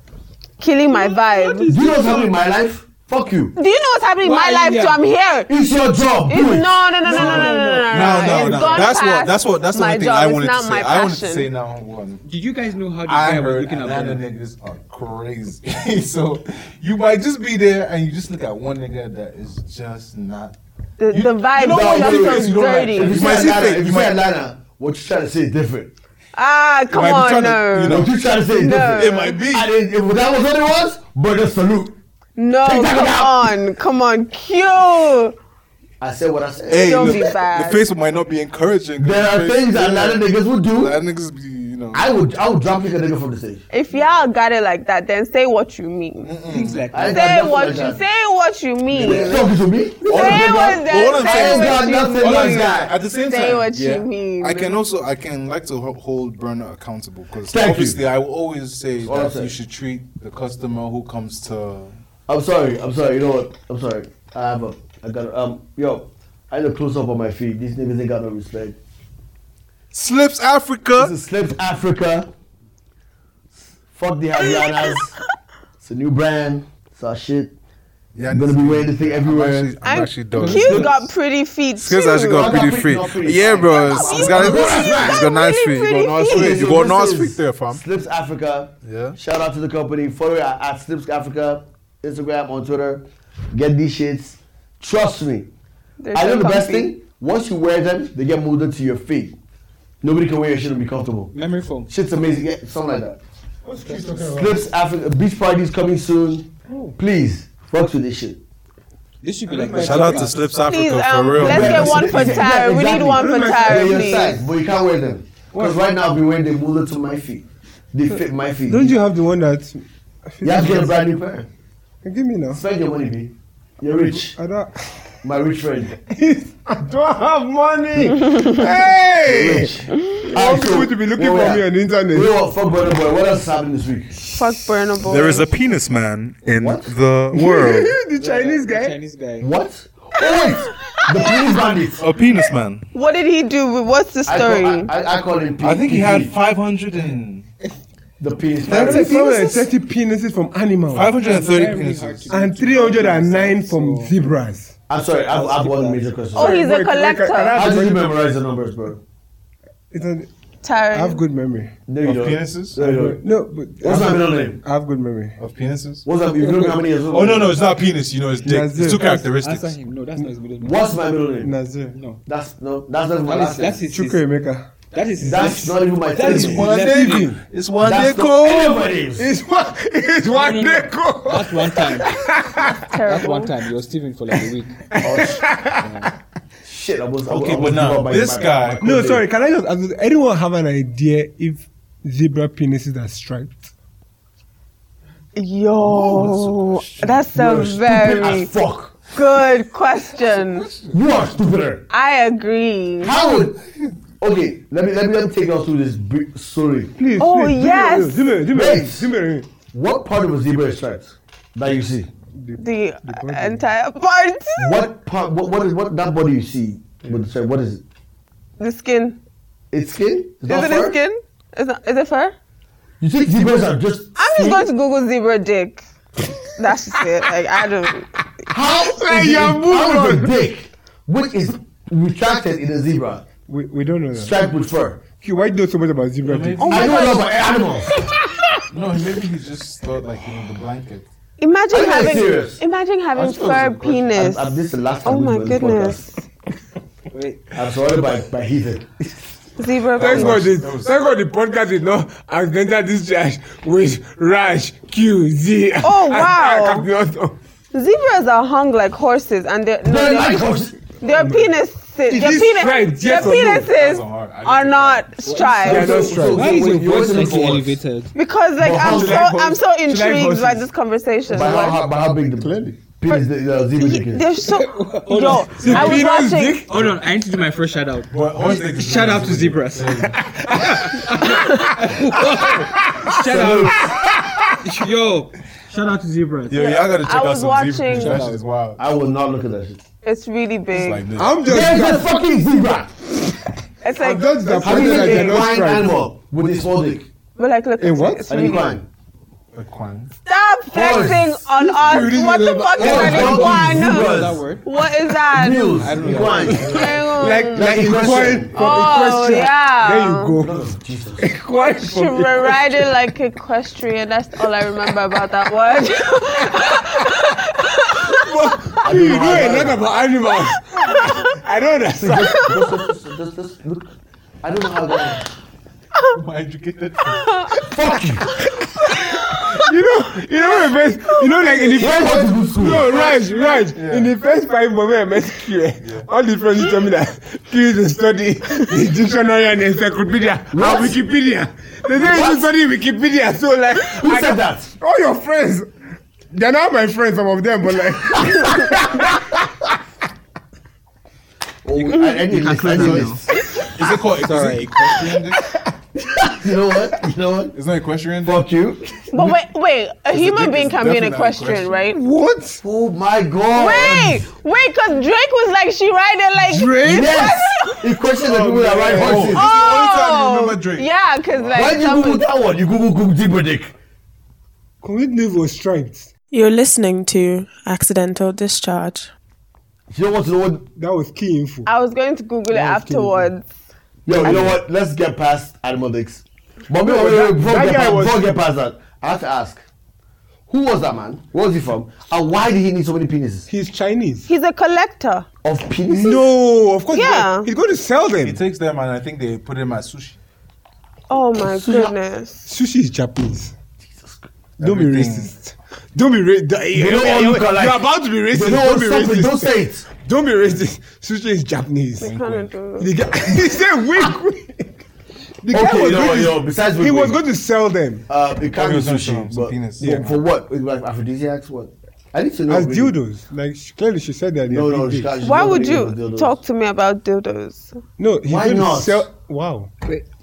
Killing my vibe. You know what's happening in my life? Fuck you. Do you know what's happening in Why my are you life? here? So I'm here. It's your job. It's, Do it. no, no, no, no, no, no, no, no, No, no, It's no. gone That's what. past That's what. That's the my only thing job. I It's wanted to not say. my I wanted to passion. say now one. did you guys know how this I guy was heard looking at Atlanta Bernard? niggas are crazy. so you might just be there and you just look at one nigga that is just not. The, You- the you vibe know is what just it so is, you don't like dirty. it. If you You say might see Atlanta, fake, if you you say might- Atlanta, what you trying to say is different. Ah, come might be on, trying to, no. you know, What you trying to say is No. different. It might be. I didn't, if that was what it was, but just salute. no, Take that come out. on, come on, cute. I said what I said. Hey, Don't look, be bad. The Facebook might not be encouraging. there are The face- things that Atlanta niggas will do Atlanta niggas be. you know. I would, I would drop kick a nigga from the stage. If y'all got it like that, then say what you mean. Things like that. I ain't Say got nothing what like you that. say what you mean. Talking to me? Say what But what I'm that. saying I ain't Say got what you nothing mean. Hold on, like that. At the same Say time, what you mean. I can also I can like to ho- hold Burner accountable because Thank you. obviously I will always say all I'm that you saying. should treat the customer who comes to. I'm sorry. I'm sorry. You know what? I'm sorry. I have a. I got a, um. Yo, I look close up on my feet. These niggas ain't got no respect. Slips This Africa. is Slipped Africa. Fuck the Harianas. it's a new brand. It's our shit. Yeah, I'm gonna be wearing this thing everywhere. I'm actually, I'm actually done. Q got pretty feet too. Skills actually got Not pretty pretty, free. not pretty. Yeah, bro. He's got, Pretty, he's got nice feet. pretty, You got nice pretty feet. Oh, You got nice feet there, fam. Slips Africa. Yeah. Shout out to the company. Follow it at, at Slips Africa. Instagram on Twitter. Get these shits. Trust me. They're I know so the best comfy. thing. Once you wear them, they get molded to your feet. Nobody can wear your shit and be comfortable. Memory foam. Shit's amazing. Yeah, something like that. Slips Africa. Beach parties coming soon. Oh. Please, fuck with this shit. This should be like Shout out to Slips Please, Africa um, for real. let's man. get one for Yeah, Tyra. We need exactly. one for They're Tyra, your please. size, but you can't wear them. Because right now I've been wearing them molded to my feet. They fit my feet. Don't you have the one that? You have to get a brand new pair. Give me now. Spend your money, B. You're rich. I don't. My rich friend. I don't have money. Hey! All people to be looking for me on the internet. You know what? Fuck Burner Boy. What else is happening this week? Fuck Burnable. There is a penis man in What? the world. the Chinese guy. Chinese guy. What? Oh, wait! the police bandits. A penis man. What did he do? What's the I call, story? I, I, I call him P- I think he PP, had 500 and the penis That's like bandits. probably 30 penises from animals 530 Very hard penises. to and 309 from So- zebras. I'm sorry. I I have one major question. oh, he's Wait, a wait, can I- collector. can I- How do you memorize the numbers, bro? It's an, I Tyra. have good memory. No, you Of don't. penises? No, you don't. No, but What's that middle name? I have good memory. Of penises? What's up? You know how many years old? Oh, no, no, it's not penis. You know, it's dick. It's That's two it. Answer characteristics. him. No, that's not his middle name. What's my middle name? Nazir. No. That's no. That's not my That is, last that's name. his. Chukwuemeka. his Maker. that is his. That's not even my That is third name. one- It's one That's not anybody's. It's one. It's No, one no, no. deco. That's one time. That Terrible. one time. You're Steven for like a week. Shit, I was. I was- Okay, I was but now, about my- this my- guy- my No, code sorry. name. Can I just? ask, Does anyone have an idea if zebra penises are striped? Oh, Yo, Oh, that's a very As fuck. good question. You are stupider. I agree. How would? Okay, let me let me, let me take us through this brief story. Please. Oh, please, yes. Do me, do me, do me, Wait. do me, do me. What part of a zebra is striped that you see? The entire part, What part? What what is what that body you see with the stripe? What is it? the skin. It's skin. It's Is not it fur? a skin? Is, it- is it fur? You think zebras are just? I'm just skin? going to Google zebra dick. That's just it. Like I don't. How is Hey, it- you're how is moving the dick, which is retracted in a zebra, We, we don't know that. striped with fur? Okay, Why do you know so much about zebra? dick? Oh I don't know about animals. No, maybe he just thought like, you know, the blanket. Imagine Are you having. serious? Imagine having just thought it fur was a question. penis. I'm, I'm, this is the last time oh we my do this goodness. Wait. podcast. I'm surrounded by by heathen. Zebra Thank penis. God, the, thank God the podcast did not accidental this church with Rash, Q, Z. Oh, and- wow. and Captain Zebras are hung like horses, and they're, no, They're they're- like horses. their penises. Their, Is this penis, striped, their yes or no? That's penises hard. I didn't are think not They're striped. not So- striped. Why is wait, your you always voice look slightly for what? elevated? Because like But I'm how so do they hose- I'm so do they intrigued hose by it? this conversation. By how, Like, how, by how big the Clearly. penis the uh, zebra dick is? they're so yo. The I was penis watching. dick? Hold on. I need to do my first shout out. But horse dick is Shout really out to good. zebras. shout out. Yo. Shout out to zebras. Yo, yeah, I gotta check I out was some watching- zebra. That shit is wild. I will not look at that shit. It's really It's big. like this. I'm just, There's a fucking zebra. it's like I'm just How do you disappointed that make they're a not blind striped. animal with a small dick? but like look. In it's- what? It's Are you really, blind? Equine. stop flexing on us. What the fuck is Horse, an donkeys, iguana? that zebras, word? What is that? mules, equine. Like, Hang on. like in in question. question. From Oh equestrian. yeah. There Um, you go. Oh, Jesus. Equine She from were riding like equestrian. That's all I remember about that word. You know a lot about animals. I don't understand. Just, just, just, just look. I don't know how that. My educated. you know, you know, in the first, you know, like in the first, no, Raj, Raj, in the first five moments I met Kire, all the friends told me that Kire is a study the dictionary and encyclopedia What? and Wikipedia. They say you What? study Wikipedia, so like, Who I said got- that? All your friends, they're not my friends, some of them, but like, You can, Oh, I, I need this, I need this. Is it called? Sorry. Is it equestrian? dick? You know what? You know what? It's not equestrian. dick? Fuck you. But wait, wait, a human being it's can be an definitely a equestrian, question. right? What? Oh my god. Wait, Um, wait, because Drake was like, she riding like. Drake? Yes. He questioned the people that ride Oh, horses. this is the only time you remember Drake. Oh! Yeah, because like. Why did you someone- Google that one? You Google Google Deeper Dick. complete name was striped. You're listening to Accidental Discharge. You don't want to know what? That was key info. I was going to Google it That was afterwards. Yo, you know what? Let's get past animatics. But wait, No, wait, wait, that- before that we get guy past- was- before we get past that, I have to ask, who was that man? Where was he from? And why did he need so many penises? He's Chinese. He's a collector. Of penises? No, of course, he's Yeah. not. he's going to sell He them. takes them and I think they put them as sushi. Oh my goodness. Sushi is Japanese. Don't be Everything. racist. Don't be racist. They eh, You're don't all look alike. about to be They racist. don't Don't be stop it, racist. don't say it. Don't be racist. Sushi is Japanese. Kinda do. The guy, he said wink, wink. The guy Okay, was yo, going yo, to, besides he wink, was wink. going to sell them Uh, it can't Probably be some- sushi. some- some but penis. for- Yeah. For what? Like aphrodisiacs? What? I need to know. as really. dildos. Like she, clearly, she said that. No, no. she she can't- she's Why not would gonna you deal with dildos. talk to me about dildos? no. He's Why going not? To sell, wow,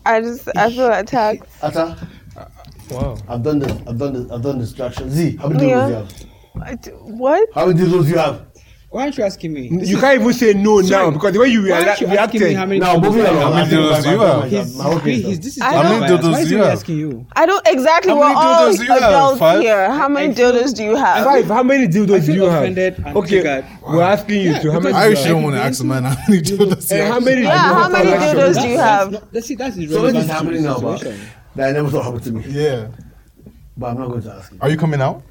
I just, I feel attacked. Atta, wow. I've done this. I've done this. I've done this. Traction. Z, how many dildos Yeah. you have? I d- What? How many dildos you have? Why aren't you asking me? You can't even say no now because the way you Why aren't react, you asking me how reacted. many Now dildos moving I have? How along. many I'm asking dildos about do you my- have? my- He's, my- my whole he- case. he's, this is I how don't- How many dildos Why is do he you have? asking you? I don't exactly. How We're many all dildos do you have? adults Five? here. How many I feel- dildos do you have? Five. How many dildos I feel do you offended have? and Okay, triggered. we're asking you Yeah, to how many. because- do I you actually have? don't want to ask a man how many dildos he And how has. many? do you Yeah, how have many collection? dildos do you have? That's, that's, see, that's So what irrelevant is to happening the now, but situation. that I never thought happened to me. Yeah. But I'm not going to ask you. Are you coming out?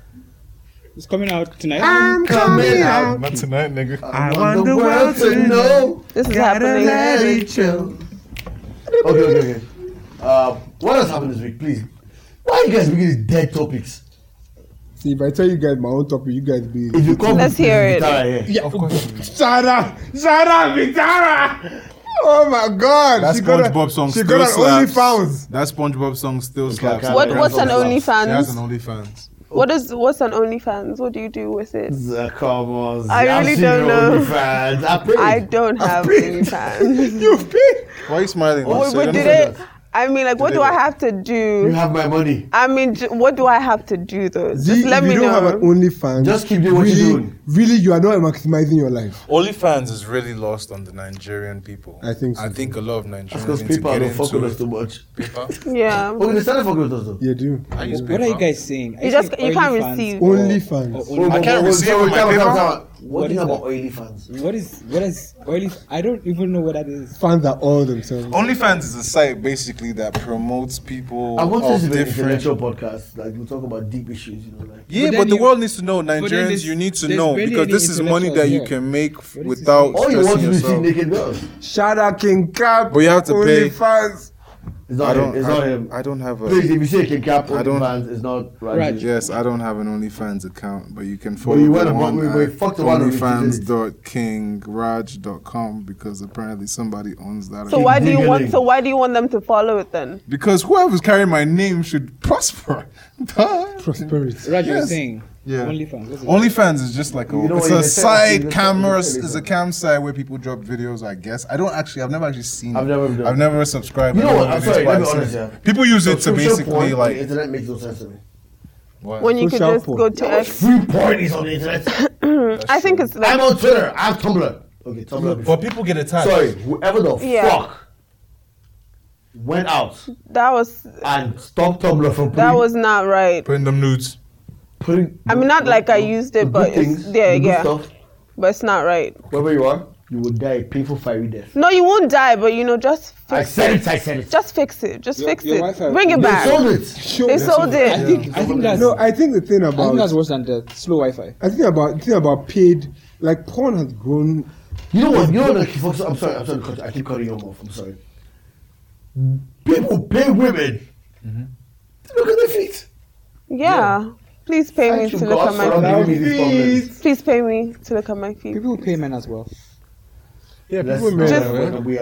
It's coming out tonight. Um, Coming out. Not tonight, nigga. I want the world to know. This is happening. Okay, okay, okay. Uh, what else happened this week, please? Why you guys bringing these dead topics? See, if I tell you guys my own topic, you guys be. If you come, Let's hear it. Yeah. Of course. Sarah, Sarah, Vitara. Oh my God! That she got a- SpongeBob song She still got an slaps. OnlyFans. That SpongeBob song still slaps. okay. What, Yeah, what's an yeah. She has an OnlyFans? OnlyFans. What is what's an OnlyFans? What do you do with it? Uh, Come on, I I've really seen don't your know. OnlyFans. I paid. I don't have OnlyFans. You've been. Why are you smiling? what, Say that what Oh, did for it? that. I mean, like, what do I have to you do? have my money. I mean, j- what do I have to do though? See, Just let if me you don't have an know. OnlyFans, Just keep doing what really, you're doing. Really, you are not maximizing your life. OnlyFans is really lost on the Nigerian people. I think so. I think a lot of Nigerians Because need people to are get not fucking into us it. too much. Paper. Yeah. Oh, they started fucking with us though. You do. I use What paper. are you guys saying? Are You just saying you can't OnlyFans receive. or- OnlyFans. or Oh, Only- I can't oh, receive oh, with my come, paper. come, come. What What do is you have that? about oily fans? What is what is oily? I don't even know what that is. Fans are all themselves. OnlyFans is a site basically that promotes people I want this of to be an different. intellectual podcast. Like we talk about deep issues, you know, like Yeah, But but, then the you- world needs to know, then Nigerians. there's- You need to there's know barely because any this is money that you intellectuals can make f- What is this without all you want stressing to do is see yourself. naked girls. Shout out King Cap. But you have to pay. OnlyFans. It's I not him. don't. It's I, not don't him. I don't have Please, a. if you say King Cap I don't- OnlyFans, it's not right. Raj. Yes, I don't have an OnlyFans account, but you can follow Well, you me went about- on we- we at fucked around with it OnlyFans.kingraj.com because apparently somebody owns that. So account. why do you Giggling. want? So why do you want them to follow it then? Because whoever's carrying my name should prosper. Duh. Prosperity. Raj was Yes. saying Yeah. OnlyFans. What's it? OnlyFans is just like a, You know it's what, a it's a- it's side a- camera, it's a- it's a cam site where people drop videos, I guess. I don't actually, I've never actually seen I've it. never done I've never subscribed. You I know don't what, I'm it is, sorry, but let me I've be seen honest, it. yeah. People use it to Subscription basically porn on the like, internet makes no sense to me. what? When you could Social just porn. go to X. Free porn is on the internet. I think it's I'm like on Twitter. I have Tumblr. Okay, Tumblr. but before. people get attached. Sorry, whoever the Yeah. fuck went out that was and stopped Tumblr from putting, that was not right. Putting them nudes. putting I mean, not like I used the it, but good things, it's, yeah, the good yeah, stuff, but it's not right. wherever you are, you will die a painful fiery death. No, you won't die, but you know, just I fix said it. I said it. just fix it, just Your- fix your it, Wi-Fi- bring it They back. sold it. They sold it. I think I think that's No, I think the thing I think that's about worse than the slow Wi-Fi. I think about the thing about paid like porn has grown. You know what? You know what? I'm sorry. I'm sorry. I'm sorry. to cut you. I keep cutting you off. I'm sorry. People pay women to look at their feet. Yeah. Please pay me Thank to you, look God, at for my allowing me feet. these problems. Please pay me to look at my feet. People pay men as well. Yeah, people may Just-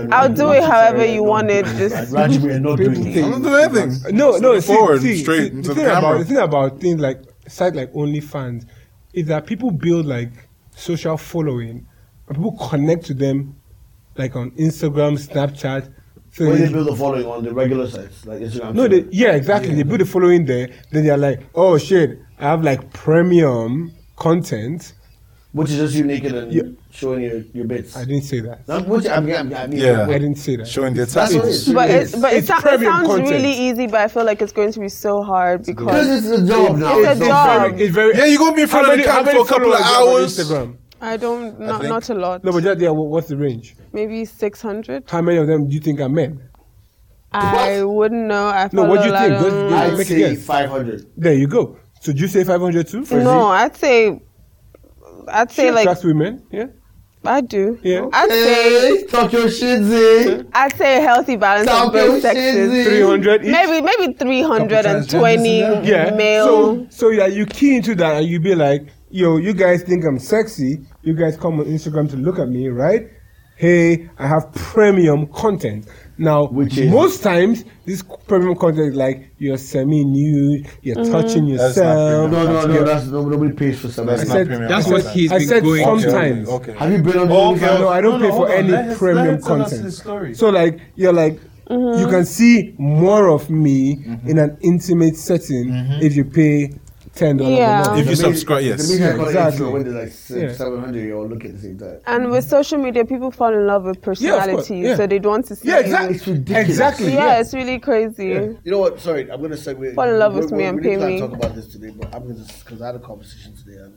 not I'll do it however you want it. I'd Just rather we are not People doing it. pay. I'm not doing anything. No, Just no, look see, forward, see, straight see, into the the thing about camera. the thing about things like sites like OnlyFans is that people build like social following, and people connect to them, like on Instagram, Snapchat. So When they- they build a following on the regular sites, like Instagram. no, they, Twitter. yeah, exactly. They build a following there. Then they're like, oh shit, I have like premium content. which is just you naked and Yeah. showing your, your bits. I didn't say that. Not which I mean, I mean, I mean Yeah. I didn't say that. Showing their That's what it tattoos. is. but it, but it, It's sou- it premium sounds content. really easy, but I feel like it's going to be so hard Because because it's a job now. a not job. very- It's very. Yeah, you gonna be in front How of the many- how camera many for a couple of followers do hours. you have on Instagram? I don't not, think- not a lot. No, but just yeah, what- what's the range? Maybe six hundred. How many of them do you think are men? I wouldn't know. I No, follow what do a you lot think? of- Just- just- I'd Make a say guess. 500. There you go. So do you say 500 too? no, I'd say I'd say like Trust women, yeah? I do. Yeah. I'd say Hey, talk your shit, Z. I'd say a healthy balance of Talk your both shit, sexes. Z. 300 each? Maybe maybe three hundred and twenty Couple transgenders in Yeah. male. So, so yeah, you key into that and you be like, yo, you guys think I'm sexy. You guys come on Instagram to look at me, right? Hey, I have premium content. Now, Which is- most times, this premium content is like you're semi nude, you're Mm-hmm. touching That's not premium. yourself. No, no, Yeah. no, that's, no, nobody pays for something. That's I not said- premium. That's I what said- he's I been said going Okay, sometimes. Okay. Have you been on Okay. OnlyFans? Oh, No, I No, don't pay no, for hold on. any Let him- let premium him tell us content. his story. So like you're like Mm-hmm. you can see more of me in an intimate setting if you pay ten dollars Yeah. a month. If you subscribe, The yes. media Yeah, call it exactly. info when there's like six, Yeah. 700, you all look at the same time. and with social media, people fall in love with Yeah, of course, personality, yeah. so they'd want to see. yeah, you. exactly. It's ridiculous. Exactly. Yeah, Yeah. it's really crazy. You know what? Sorry, I'm gonna segue. Fall in love We- with we- me and we pay didn't plan me. to talk about this today, but I'm gonna because I had a conversation today. And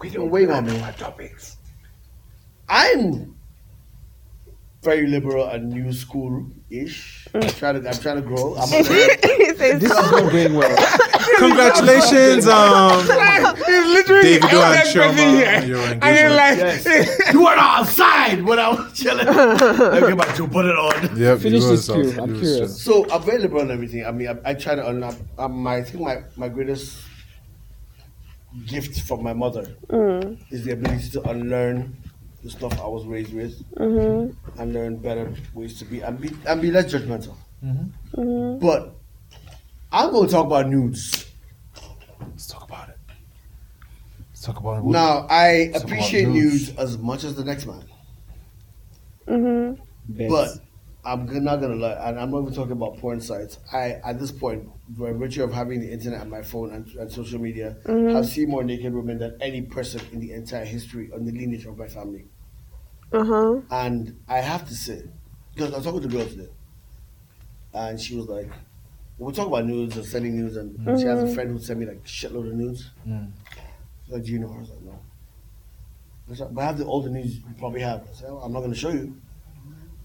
we don't wait on me. topics. I'm very liberal and new school ish. Mm. I'm trying to. I'm trying to grow. I'm a It's- it's- This is not going well. Congratulations, um, David Duran yes. you were outside when I was chilling. I came back to put it on. Yep, Finish you this uh, was off. queue. I'm You was curious. So I'm very liberal on everything. I mean, I, I try to unlock. Um, my, I think my, my greatest gift from my mother is the ability to unlearn the stuff I was raised with and learn better ways to be and be and be less judgmental. But I'm gonna talk about nudes. Let's talk about it. Let's talk about it. Now I Let's talk about appreciate nudes. nudes as much as the next man. Best. But I'm g- not gonna lie, and I'm not even talking about porn sites. I at this point, by virtue of having the internet and my phone and, and social media, have seen more naked women than any person in the entire history and the lineage of my family. Uh huh. Uh-huh. And I have to say, because I was talking to a girl today, and she was like, "We're talking about nudes and sending nudes, and she has a friend who sent me like shitload of nudes." She's like, "Do you know her?" I was like, "No." I was like, but I have the older nudes you probably have. I said, "Well, "I'm not going to show you."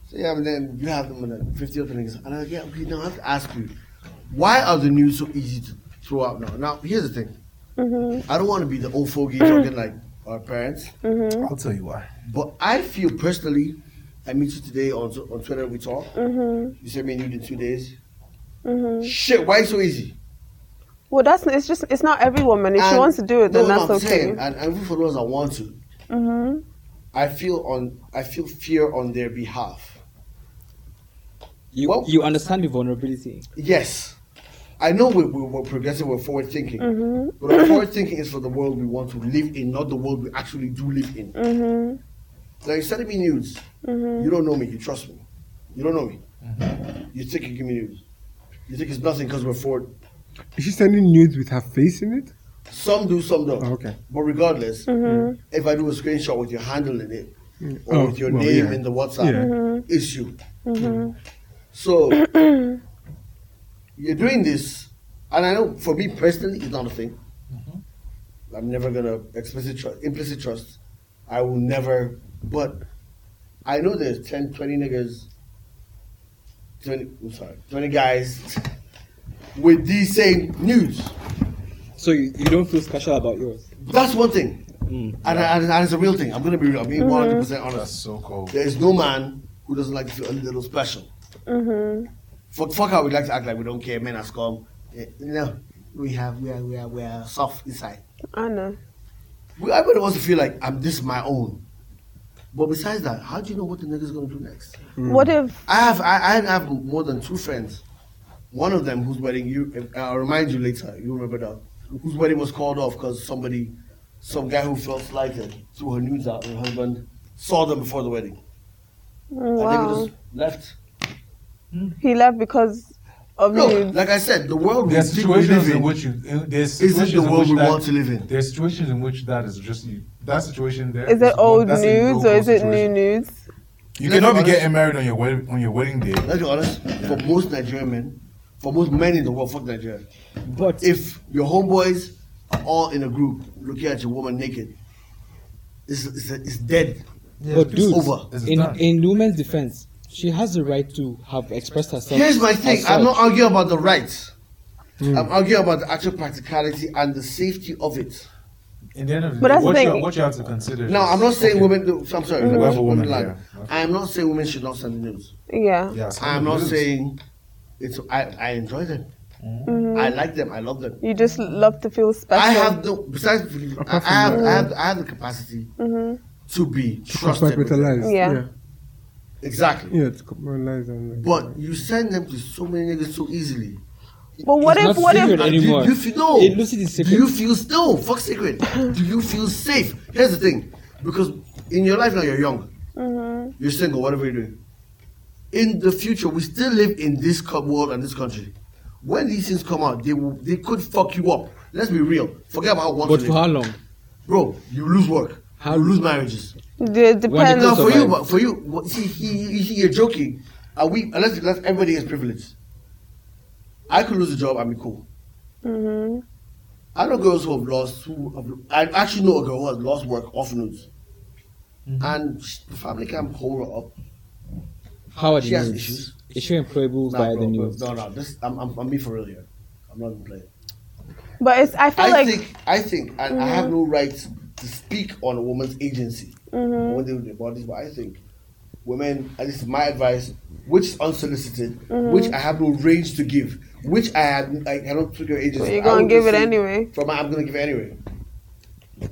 So yeah, and then you have them and then 50 other things, and I was like, "Yeah, okay." Now I have to ask you, why are the nudes so easy to throw out now? Now here's the thing. I don't want to be the old fogey talking like our parents. I'll tell you why. But I feel personally, I meet you today on on Twitter. We talk. Mm-hmm. You send me a nude in two days. Shit, why so easy? Well, that's it's just it's not every woman. If she And- wants to do it, then no, no, that's I'm okay. Mm-hmm. saying, and and even for those that want to, I feel on I feel fear on their behalf. You, Well- you understand the vulnerability. Yes, I know we, we, we're progressive, we're forward thinking, but our forward thinking is for the world we want to live in, not the world we actually do live in. Now you're sending me news. You don't know me. You trust me. You don't know me. You think you give me news. You think it's nothing because we're forward. Is she sending nudes with her face in it? Some do, some don't. Oh, okay. But regardless, if I do a screenshot with your handle in it or Oh, with your well, name yeah. in the WhatsApp, Yeah. it's you. So you're doing this, and I know for me personally, it's not a thing. Mm-hmm. I'm never gonna explicit trust, implicit trust. I will never, but I know there's 10, 20 niggas, 20, I'm sorry, 20 guys with these same news. So you, you don't feel special about yours. That's one thing. And, and, and it's a real thing. I'm going to be real. I'm being 100% That's honest. so cold. There is no man who doesn't like to feel a little special. fuck, fuck how we like to act like we don't care. Men are scum. Eh, No, we have we are we are we are soft inside. I know. We, everybody wants to feel like I'm this is my own. But besides that, how do you know what the nigga's gonna do next? What if? I have I, I have more than two friends. One of them whose wedding you I'll remind you later. You remember that whose wedding was called off because somebody, some guy who felt slighted threw her nudes out. and Her husband saw them before the wedding. And they Wow. just left. He left because of No, you. like I said, the world we There are think we situations live in in. which you there's the situations in world which we that- want to live in? There are situations in which that is just you. That situation there. Is it one- old that's a news or no-go is it new situation. news? You Let's cannot be be honest. getting married on your wed- on your wedding day. Let's be honest. For most Nigerian men, for most men in the world, fuck Nigeria. But If your homeboys are all in a group looking at your woman naked, it's it's, it's dead. but dude, over. It's in done. in woman's defense, she has the right to have expressed herself. Here's my thing. as I'm not such. arguing about the rights. I'm arguing about the actual practicality and the safety of it. In the end of the But day, that's the what you, thing. what you have to consider. Now, is- I'm not saying okay, women. Do, I'm sorry. We have a woman lie. here. I am not saying women should not send news. Yeah. yeah, some I'm not dudes- saying it's. I, I enjoy them. I like them. I love them. You just love to feel special. I have the besides. I I have, I have. I have the capacity Mhm. to be trusted. with them. Compartmentalized. Yeah. yeah. Exactly. Yeah, to compartmentalize and like, But you send them to so many niggas so easily. But what It's if? not What secret if? And anymore. Do, do you feel no? It loses its Do you secret. feel no? Fuck secret. do you feel safe? Here's the thing, because in your life now you're young, you're single, whatever you're doing. In the future, we still live in this co- world and this country. When these things come out, they will, they could fuck you up. Let's be real. Forget about how once But a for day. how long? bro, you lose work. How- you lose marriages. It depends. No, Those for are you, mine. but for you, what, see, he, he, he- you're joking. Are we? Unless, unless everybody is privileged. I could lose a job and be cool. Mhm. I know girls who have lost. Who have, I actually know a girl who has lost work off news, and she, the family can hold her up. How are She the has news? issues. Is she employable Nah, by bro, the bro, news? No, no, this I'm, I'm, I'm being for real here. I'm not even playing. But it's. I feel I like. think I think, and I have no right to speak on a woman's agency Mm-hmm. when they do about this, but I think women, at least my advice, which is unsolicited, Mm-hmm. which I have no range to give, which I have I cannot put your agency. Well, you're I gonna would give just it say- anyway. From I'm gonna give it anyway.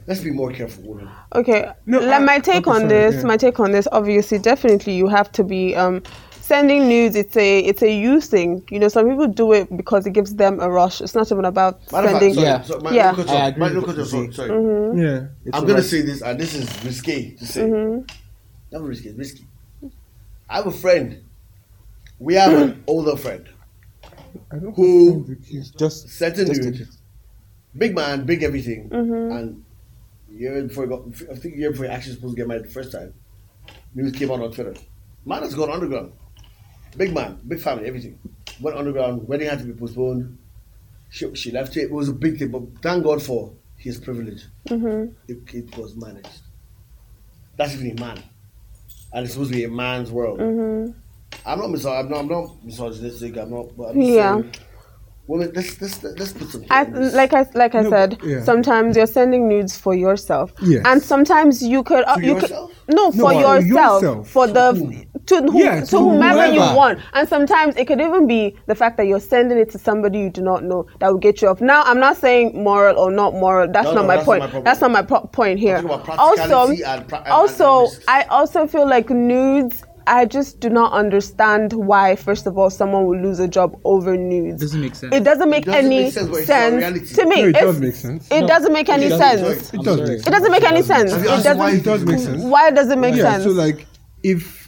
Let's be more careful, women. Okay. No, Like I- my take on 100%, this, yeah. my take on this, obviously, definitely, you have to be um, sending news. It's a it's a you thing. You know, some people do it because it gives them a rush. It's not even about Matter of sending. fact, sorry, Yeah. so my, Yeah. Mm-hmm. look at I your- agree my with look at what your- you sorry, sorry. yeah. It's I'm gonna right. say this, and this is risque to say. Mm-hmm. Not risky, it's risky. I have a friend. We have an older friend. I don't Who- think the kids just Certain just dude, take it. big man, big everything, Mm-hmm. and year before he got, I think year before he actually supposed to get married the first time, news came out on Twitter. Man has gone underground. Big man, big family, everything. Went underground. Wedding had to be postponed. She, she left it. It was a big thing, but thank God for his privilege. mm-hmm. It, it was managed. That's even a man, and it's supposed to be a man's world. Mm-hmm. I'm not misog- I'm not, I'm not misogynistic. I'm not. But I'm just Yeah. Saying, women, let's let's let's put some. I, thought in this. like I like I No, said, but- yeah. sometimes you're sending nudes for yourself, Yes. and sometimes you could uh, To you could yourself? no, No, for for yourself, yourself. for the to, who, Yeah, to, to whomever, you whoever. want, and sometimes it could even be the fact that you're sending it to somebody you do not know that will get you off. Now I'm not saying moral or not moral. That's No, not no, my that's not point. my problem. that's not my po- point here. talking about Also, practicality and pra- and- and also, risks. I also feel like nudes. I just do not understand why, first of all, someone would lose a job over nudes. Doesn't make sense. It doesn't make doesn't any make sense, but it's our reality. sense to me. No, it It's- does make sense. It doesn't make any sense. It I'm does sorry. make It doesn't make any sense. Have It you asked why doesn't. It does make sense. Why does it make yeah, sense? so like if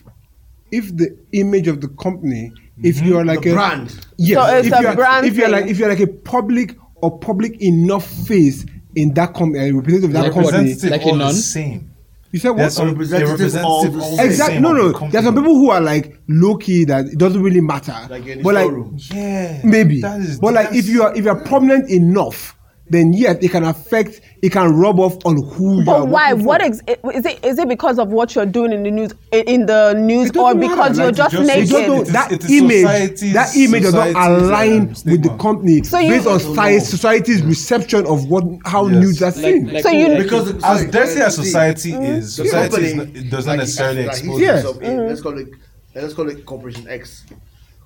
if the image of the company, if you are like uh, The a brand. yes, So it's if a you are, brand If you're like thing. if you're like a public or public enough face in that company, a representative of that Like company, Like a all the nun? same. you said There's what? some Representative representative all all the the same. Exactly. same No, of no. the company. There's some people who are like low key that it doesn't really matter. Like in the but like showroom. Yeah. maybe. That is But like if you are if you're prominent enough, then yes, it can affect. It can rub off on who. you are but why? working for. What ex- is it? Is it because of what you're doing in the news? In the news, It or doesn't because matter, you're like, just, you just- They It's just just- know it naked? is- that it is image, society's- that image does not society's, align um, with the stigma. company So you- based on don't sci- know. society's reception of what how Yes. nudes are seen. Like- So you- like- Because As sorry, dirty uh, as see, society Mm. is, the society is company, not, it does not like, necessarily like he expose Mm-hmm. said Yes. itself. himself in, Let's call it. Let's call it Corporation X.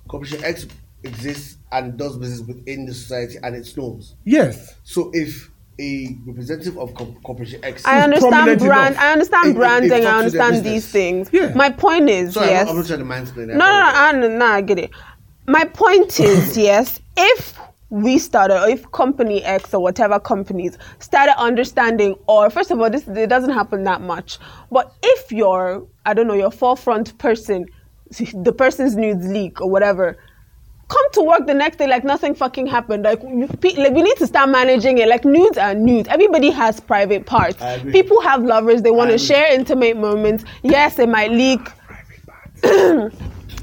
Corporation X exists and does business within the society and its norms. Yes. So if a representative of Corp- Corporation X, I understand prominent brand. enough. I It- understand it- it branding. I talks to their understand these business. things. Yeah. My point is, sorry, yes. I'm, not, I'm not trying to mansplain. I no, no, apologize. no, no, no, I get it. My point is, yes, if we started, or if Company X or whatever companies started understanding, or first of all, this it doesn't happen that much. But if your, I don't know, your forefront person, the person's news leak or whatever, come to work the next day like nothing fucking happened. Like we, pe- like, we need to start managing it. Like nudes are nudes. Everybody has private parts. I agree. People have lovers. They want I to agree. share intimate moments. Yes, it might leak.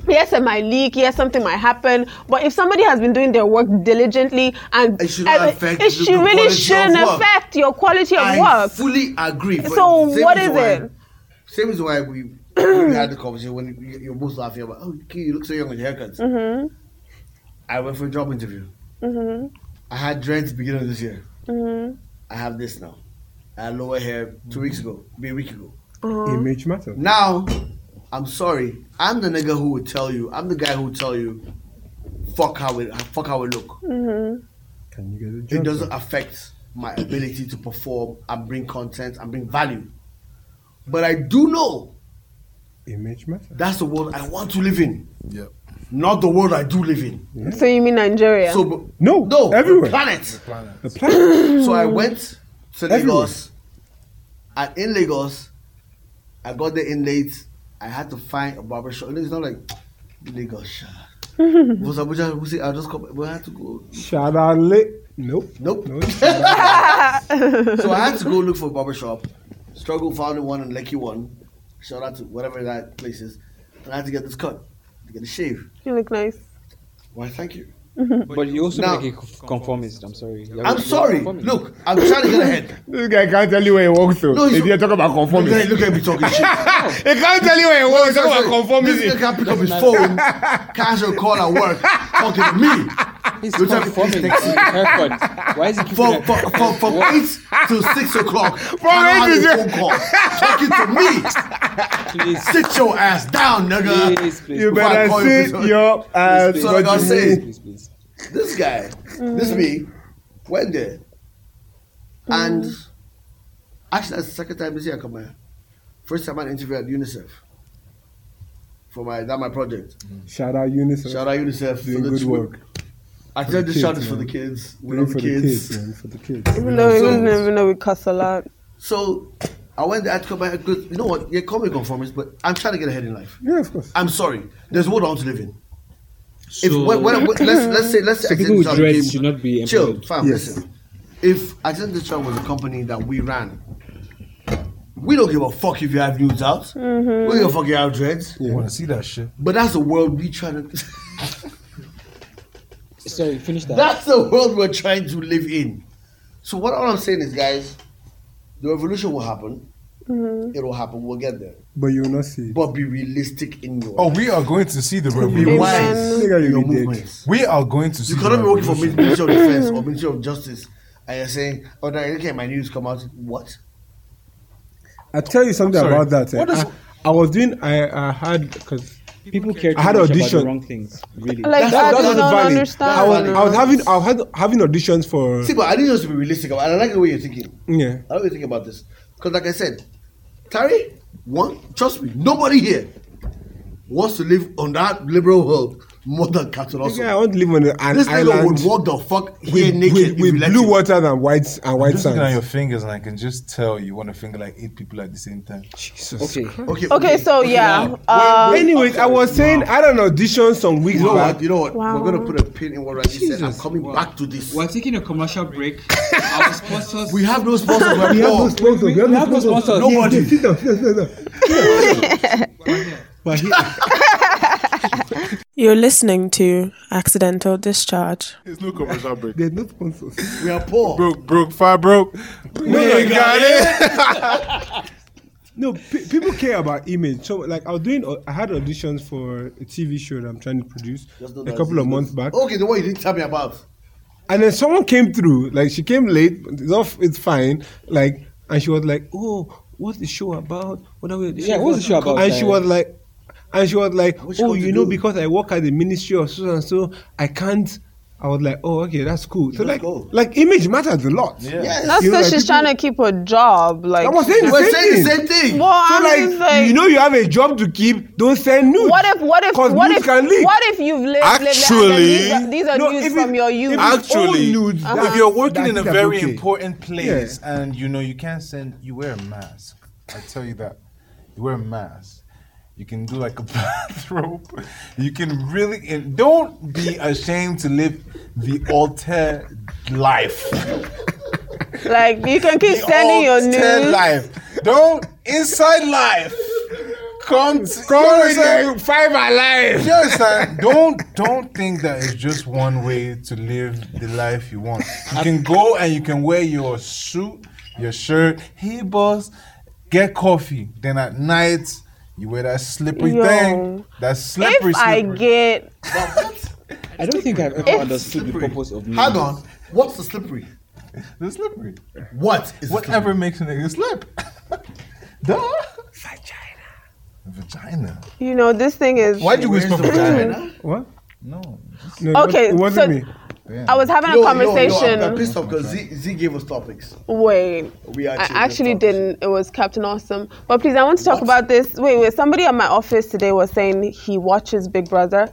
Yes, it might leak. Yes, something might happen. But if somebody has been doing their work diligently and It should not and affect it the- should the really quality of shouldn't work. affect your quality of I work. fully agree. but So same what reason is why- it? Same reason why we, we had the conversation when you, you're both laughing about, oh, Key, you look so young with your haircuts. Mm-hmm. I went for a job interview. I had dreads beginning of this year. Mm-hmm. I have this now. I had lower hair two weeks ago, maybe a week ago. Uh-huh. Image matters. Now, I'm sorry. I'm the nigga who would tell you. I'm the guy who would tell you, fuck how it, fuck how it look. Can you get a it job? doesn't affect my ability to perform and bring content and bring value. But I do know Image matters. that's the world I want to live in, Yep. not the world I do live in. So you mean Nigeria? So but- No, no, everywhere. the planet. The plan. So I went to Everywhere. Lagos, and in Lagos, I got there in late. I had to find a barber shop. It's not like Lagos. sha. Was Abuja? we see, I just come. We had to go. Shout out lit. Nope. Nope. No. shout out. so I had to go look for a barber shop. Struggle found one in Lekki one. Shout out to whatever that place is. And I had to get this cut, to get a shave. you look nice. Why? Thank you. But you also Now- make a conf- conformist. I'm sorry. You're- I'm you're sorry. conformist. Look, I'm trying to get ahead. This guy can't tell you where he walks to. No, he's- if you talk about Look at, conformity, look at me talking shit. he can't tell you where he walks. Talk about This conformity. nigga can't pick up his phone, casual call at work, talking to me. He's You're talking- conforming to his haircut. Why is he keeping From, that- from, from, from What? 8 till 6 o'clock. From eight to phone call, talking to me. Please, Sit your ass down, nigga. please, please. You Before I better call you sit this- your ass. please, So like I what you say- mean. please, please. this guy, this me, went there. And actually, that's the second time this year I come here. First time I had an interview at UNICEF for my that my project. Shout out UNICEF. Shout out UNICEF Doing for the good tw- work. I said the this shout kids, is for the man. kids. We Doing love for the kids. man. For the kids. Even though, so- even though we cuss a lot. so I went there. I had to come back. Good, you know what? Yeah, call me a conformist, but I'm trying to get ahead in life. Yeah, of course. I'm sorry. There's a world I want to live in. If So- when, when, when- let's let's say let's say So people Accidental with dreads became- should not be chill, employed. fam. Yes. Listen, if Accidental Child was a company that we ran, we don't give a fuck if you have nudes out. Mm-hmm. We don't give a fuck if you have dreads. You want to see that shit? But that's the world we trying to. Sorry, finish that. that's the world we're trying to live in. So what all I'm saying is, guys, the revolution will happen. Mm-hmm. It will happen. We'll get there. But you will not see. it. But be realistic in your. Oh, we are going to see the be revolution. wise Nigga, in you your be dead. movements. We are going to see. You cannot the be working for revolution. Ministry of Defense or Ministry of Justice and you're saying, oh, no, okay, my news come out. What? I tell you something sorry. about that. eh. What is- I, I was doing. I I had because People care too I had much about the audition. wrong things. Really. Like That's- I that's do not valid. understand. I was, valid. I was having I was had, having auditions for See, but I need us to be realistic about I like the way you're thinking. yeah. I like you think about this. Because, like I said, Tari, one, trust me, nobody here wants to live on that liberal world more than Captain Awesome. Nigga, I want to live on an this nigga island would walk the fuck here with, naked. with, if you with let blue him. water and white and white Just looking at your sand. fingers, and I can just tell you want to finger like eight people at the same time. Jesus. Okay. Okay, Okay, so yeah. Wow. Uh, Wait, wait, Anyways, I was saying I don't know auditions some weeks You know back. what? You know what? Wow. We're going to put a pin in what Raji said. I'm Jesus. coming Wow. back to this. We're taking a commercial break. Our sponsors. We have no sponsors. we're We have poor. no sponsors. We have we no have no sponsors. sponsors. Nobody. Sit down. Sit down. Sit down. You're listening to Accidental Discharge. There's no commercial break. There's no sponsors. We are poor. Broke, broke, fire broke. We ain't got it. No, pe- people care about image. So, like, I was doing, uh, I had auditions for a TV show that I'm trying to produce Just know a that couple of it's- Oh, months back, Okay, the one you didn't tell me about. and then someone came through. Like, she came late. but It's off. It's fine. Like, and she was like, "Oh, what's the show about? What are we?" Yeah, what's the show about, And she Zion? was like, And she was like, What you "Oh, going to you know, do?" because I work at the ministry of so and so, I can't." I was like, "Oh, okay, that's cool." So don't like, go. like image matters a lot. Yeah. That's You know, like because she's people- trying to keep her job. Like, I was saying the We're same saying thing. the same thing. well, So I'm like, just like, you know, you have a job to keep. Don't send nudes. what if, what if, 'Cause what nudes if, can leak. what if you've lived, lived and then these are, these are No, news if it- from your youth? if it's Actually, all if nudes, that's- you're working I in a think I'm very okay. important place and you know you can't send, you wear a mask. I tell you that. You wear a mask. You can do like a bathrobe. You can really and don't be ashamed to live the alter life. like, you can keep sending your alter news. life. Don't inside life. Come, to, you understand? five alive. You understand? Don't don't think that it's just one way to live the life you want. You can go and you can wear your suit, your shirt. Hey boss, get coffee. Then at night you wear that slippery Yo. thing. That slippery. If I slippery. get, I don't think I've ever understood the purpose of Hold nudes. on. What's the slippery? the slippery. What is Whatever makes a nigga slip. Duh. Vagina. Vagina. you know, this thing is, Why do you whisper vagina? What? No. it's- No, it Okay, wa- it wasn't so- me. I was having a conversation. I'm pissed off because Z, Z gave us topics. Wait, We I actually actually did something. didn't. It was Captain Awesome. But please, I want to talk about this. Wait, wait. Somebody at my office today was saying he watches Big Brother,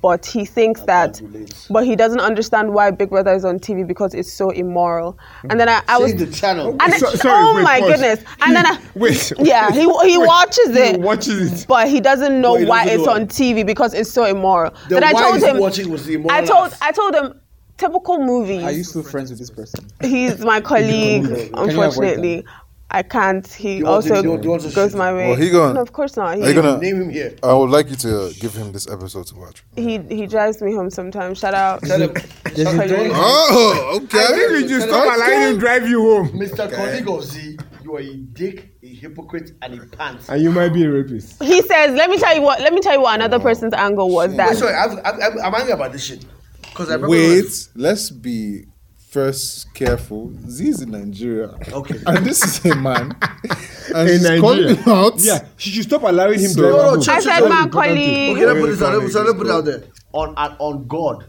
but he thinks that, but he doesn't understand why Big Brother is on TV because it's so immoral. And then I, I was. Change the channel. And So- I- sorry, oh wait, my pause. goodness! And then I, Wait. yeah, he he watches he it, watches it. but he doesn't know But he why doesn't it's know on it. TV because it's so immoral. Then Then I why told is he him, watching was the immoral I told act? I told him typical movies. Are you still friends with this person? He's my colleague, avoid unfortunately. I can't. He want also to- you want- you want to goes shoot my way. Well, Oh, he gonna- No, of course not. He, Are you gonna? Name him here. I would like you to uh, give him this episode to watch. he he drives me home sometimes. Shout out. Tell him, There's a dog. Colleague- Oh, okay. I think we just- Stop allowing him drive you home. Mr. Colleague of Z, you are a dick, a hypocrite, and a pants. And you might be a rapist. He says, "Let me tell you what. Let me tell you what Oh, another person's angle was Wait, that." sorry, I've, I've, I've, I'm angry about this shit. Because I remember. Wait, let's be first careful. Z is in Nigeria. Okay. And this is a man. And In she's Nigeria. calling out. Yeah, she should stop allowing him So- drive her No, no, home. Oh, I check- That's said, very "My important thing. Okay, colleague." let me put this out. Let me, so let me put it out there. On and on God,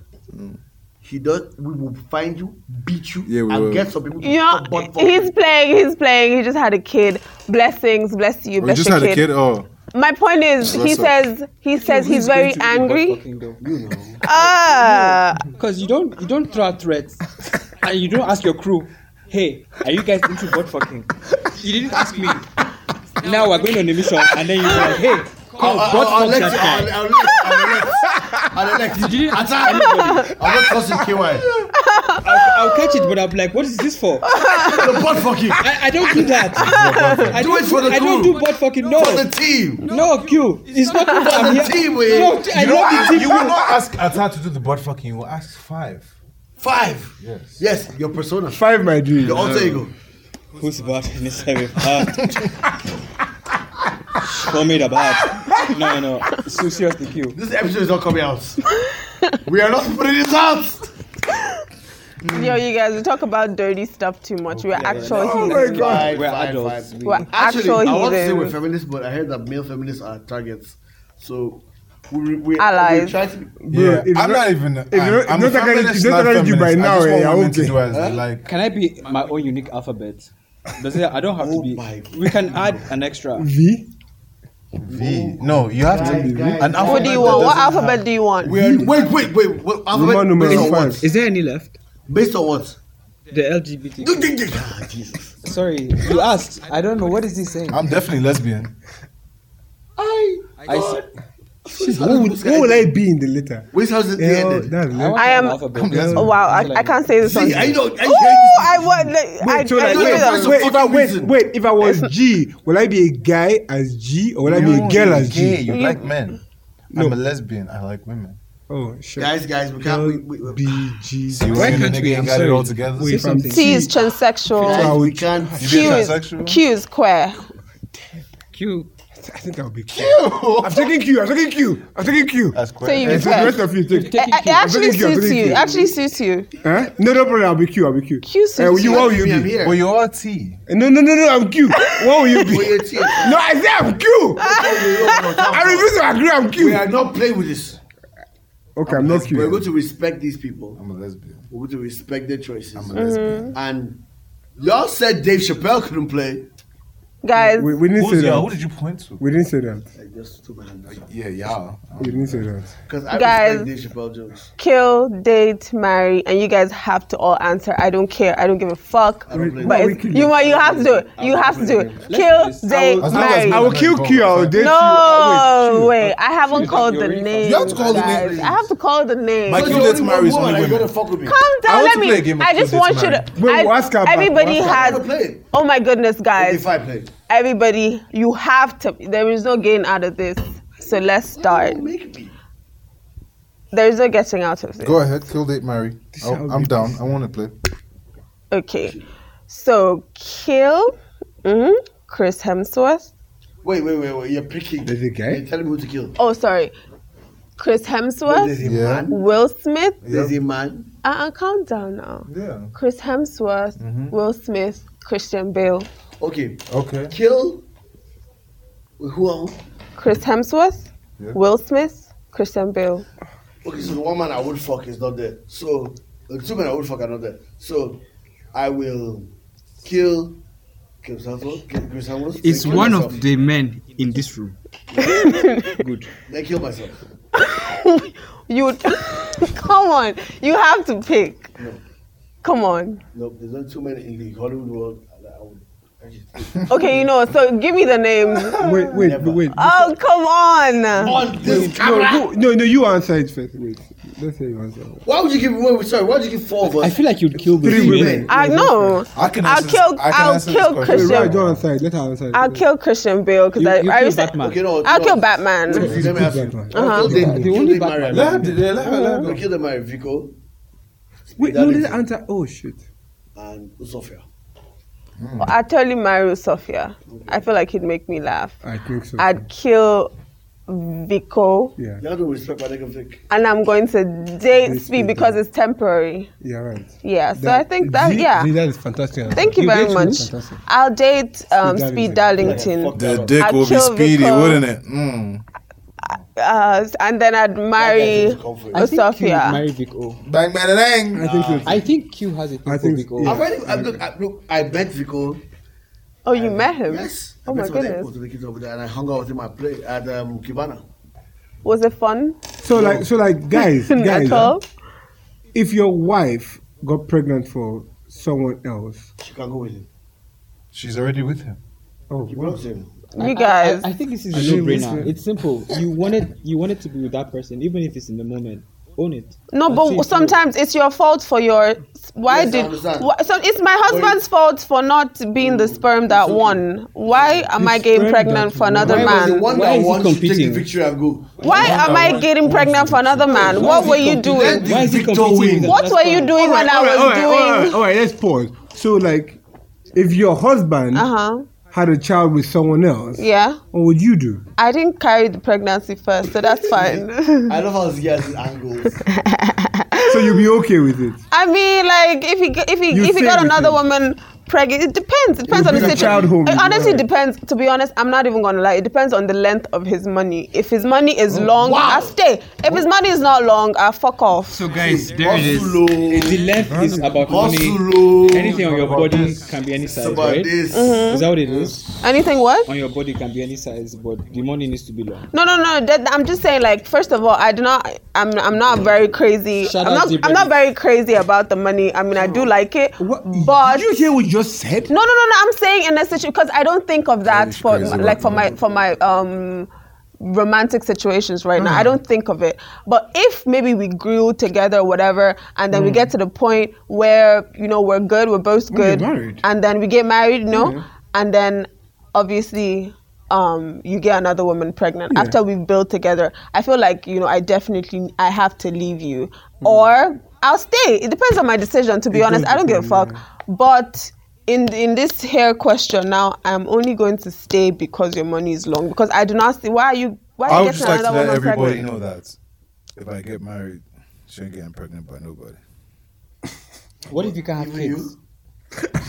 He does. We will find you, beat you, Yeah, we and will. get some people. To You know, fuck butt for he's you. playing. He's playing. He just had a kid. Blessings, bless you, We bless just your had a kid. Oh, My point is, he Bless her. says, he says he's Who's going very to be angry. butt-fucking dog? You know. Ah, Because you don't you don't throw out threats and you don't ask your crew, hey, are you guys into butt fucking? You didn't ask me. Now we're going on a mission and then you're like, hey, come I'll- butt I'll fuck let that you- guy. I'll- I'll let- I'll let- I'll You let- didn't ask anybody. I'm not trusting KY. I'll, I'll catch it, but I'll be like, what is this for? The butt fucking I, I don't do that. I Do it for the I don't crew. do butt fucking. No, for the team. no, Q. It's not for For I'm the here. team, No, eh? I love the team. you will not ask Atta to do the butt fucking. You will ask five. Five. Yes. Yes, your persona. Five, my dream. Your alter ego. Who's bad in this heavy part? Show me the bad. No, no. So seriously, Q. This episode is not coming out. we are not putting this out. yo, you guys, we talk about dirty stuff too much. We're actual heathens. Oh God. We're adults. five. We- We're Actually, actual I want to say we're heathens. feminists, but I heard that male feminists are targets. So we we, we Allies. try to. Be, Yeah, if I'm not- not, even. I'm, not- if I'm not a targeted- feminist, if not not targeted you feminist. by I now, just want eh, I women won't to care. do as they like. Can I be my own unique alphabet? Does it? I don't have to Oh be. my God. We can add an extra. V. V. No, you have to. Guys, guys, An alphabet What do you that want? What doesn't have- alphabet do you want? we are, wait, wait, wait. What, alphabet, Roman numeral based on five. what? Is there any left? Based on what? The LGBT. Ah, Jesus. Sorry, you asked. I don't know. What is he Oh saying? I'm definitely lesbian. I, s- Who would, who would I be in the letter? Which house is the Hell, ended? that's I it. want I an am- alphabet. Oh, wow, I, I can't say this on. See, I Ooh, know. I I want. I, Wait, so I, like, you knew know that wait, was- the person- wait, if I, fucking wait, reason. wait, if I was G, will I be a guy as G or will I be a girl as gay. G? You like men. No. I'm a lesbian. I like women. Oh, shit. guys, guys, we can't. We, we, we, B, G, See, when the nigga ain't got it all together. Wait, if I'm something. T is T, guys, transsexual. we can't. You be a Q is transsexual? Q is queer. Q. I think I'll be Q. I'm taking Q. I'm taking Q. I'm taking Q. That's So quite. you And so the rest request. of you take. It, it actually I'm taking Q, I'm suits taking you. Q. It actually suits you. Huh? No, no problem. I'll be Q. I'll be Q. Q suits Eh, you. you. What will you Me, I'm be? here. But you are T. No, no, no, no. I'm Q. What will you be? Put your teeth. No, I say I'm Q. I refuse to agree. I'm We Q. are not playing with this. Okay, I'm not We're Q. going to respect these people. I'm a lesbian. We're going to respect their choices. I'm a lesbian. Mm-hmm. And y'all said Dave Chappelle couldn't play. Guys, We, we didn't say Who's y'all? Who that. did you point to? We didn't say that. I just took my hand down. Yeah, y'all. We didn't say that. Because I Guys. respect Dave Chappelle jokes. kill, date, marry, and you guys have to all answer. I don't care. I don't give a fuck. I don't blame But you. it's, you want you have to do it. You have to do it. Kill, date, As long as marry. we I will kill Q. I will date Oh, No, you. wait. I haven't called the name. You have to call the name. I have to call the name. My Because kill you're dates only marries one only women. woman, You gotta fuck with me. Calm I want down. Let to me. play a game of I Kill, just Date, want you Marry. to. Wait, I- we'll ask her back, everybody we'll I'm gonna has. play it. Oh my goodness, If guys. I play. Everybody, you have to. There is no gain out of this. So let's start. Don't make me. There is no getting out of this. Go ahead, kill date Mary. Oh, I'm down. I want to play. Okay. So kill mhm, Chris Hemsworth. Wait, wait, wait, wait. You're picking. There's a guy? You're telling me who to kill. Oh, sorry. Chris Hemsworth. There's a Yeah. man. Will Smith. There's a man. Uh-uh, calm down now. Yeah. Chris Hemsworth. Mm-hmm. Will Smith. Christian Bale. Okay. Okay. Kill. Wait, Who else? Chris Hemsworth. Yeah. Will Smith. Christian Bale. Okay, so the one man I would fuck is not there. So the two men I would fuck are not there. So I will kill Chris Hemsworth. Kill Chris Hemsworth. It's then kill one myself, of the men in this room. Good. Then kill myself. You would come on. You have to pick. No. Come on. Nope, there's only two men in the Hollywood world that I would. actually Okay, you know. So give me the names. Wait, Ah, wait, Never. wait. Oh, come on. On this camera. No, go, no, no, you answer it first. Wait, let's say you answer. Why would you give? Wait, wait, sorry. Why would you give four of us? I feel like you'd kill Three Will Smith. women. Ah, I know. I can I'll answer this- kill- I can I'll answer this kill question. Wait, Christian. why don't answer it? Let her answer it. I'll kill Christian Bale because You- I, you I kill used to- Batman. Okay, no, I'll no. kill Batman. Let me ask you. Batman. Kill Uh-huh. them- The kill only them, Batman. Mario. Let her, let her, let her No, go. kill them, Mario, Vico Wait, That no, is- let her answer. Oh shit. and Sofia. I'd totally marry Sophia. I feel like he'd make me laugh. I think so. I'd kill Vico, yeah, Y'all don't respect my nigga Vic. and I'm going to date Date Speed Speed, because it's temporary. yeah, right. Yeah, so I That- think that Zee- yeah. Zee, that is fantastic. answer. Thank you very did much. Fantastic. I'll date um, Darlington. Speed Yeah, Darlington, fuck The that dick I'd will be kill speedy, Vico. wouldn't it? Mm. uh, and then I'd marry That guy's comfort. I think Q would Sophia. marry Vic O. Bang, bang, dang. I think so. I think Q has a thing I for think- Vic O. yeah. I've already, I've, look, I, look, I met Vico. Oh, you met him? Yes. I Oh my met him at the goodness. airport with the kids over there, and I hung out with him at play at um, Kibana. Was it fun so like, so like, guys, guys, at all? if your wife got pregnant for someone else, She can go with him. She's already with him. oh, He loves him. You guys. I, I, I think this is I a think no-brainer. this- It's simple. You wanted you wanted to be with that person, even if it's in the moment. Own it. No, That's it. but sometimes it's your fault for your. Why Yes, I did? understand. Why, so it's my husband's fault for not being Mm, the sperm that won. Why am I getting sperm pregnant that for won. another Why The man? one Why that is he wants to take the competing? victory and go. Why am I getting pregnant for another man? Why What is he were you competing? doing? Why is he Victor competing? win. with that What last were you one? doing when I all right, all was right, doing? all right. Let's pause. So like, if your husband Uh huh. had a child with someone else, Yeah. what would you do? I didn't carry the pregnancy first, so that's fine. I love how he has his angles. So you'll be okay with it. I mean, like if he g- if he You if he say got everything. another woman pregnant, it depends. It depends on the bring a child situation. home, It you honestly know. depends. To be honest, I'm not even gonna lie. It depends on the length of his money. If his money is Oh, long, I stay. If his money is not long, I fuck off. So guys, there it is. Hustle, oh. The length is about money. hustle. Anything on your body can be any It's size, about right? this. Uh-huh. Is that what it is? Anything what? On your body can be any size, but the money needs to be long. No, no, no. That, I'm just saying, like, first of all, I do not. I'm, I'm not very crazy. Shout I'm out not. to I'm not Benny. very crazy about the money. I mean, I do like it, but Did you hear what you just said? No, no, no, no. I'm saying in a situation because I don't think of that for crazy like for my for my um romantic situations right Mm. now. I don't think of it. But if maybe we grew together or whatever and then we get to the point where you know we're good, we're both Mm. We get good married. and then we get married, you know? Yeah. And then obviously um, you get another woman pregnant Yeah. after we've built together. I feel like, you know, I definitely I have to leave you. Or I'll stay. It depends on my decision to be It honest. does I don't give a depend, fuck. But in in this hair question now, I'm only going to stay because your money is long. Because I do not see why are you why I are would you getting just like to another let woman everybody pregnant? know that if I get married, she ain't getting pregnant by nobody. What if you can't have kids? You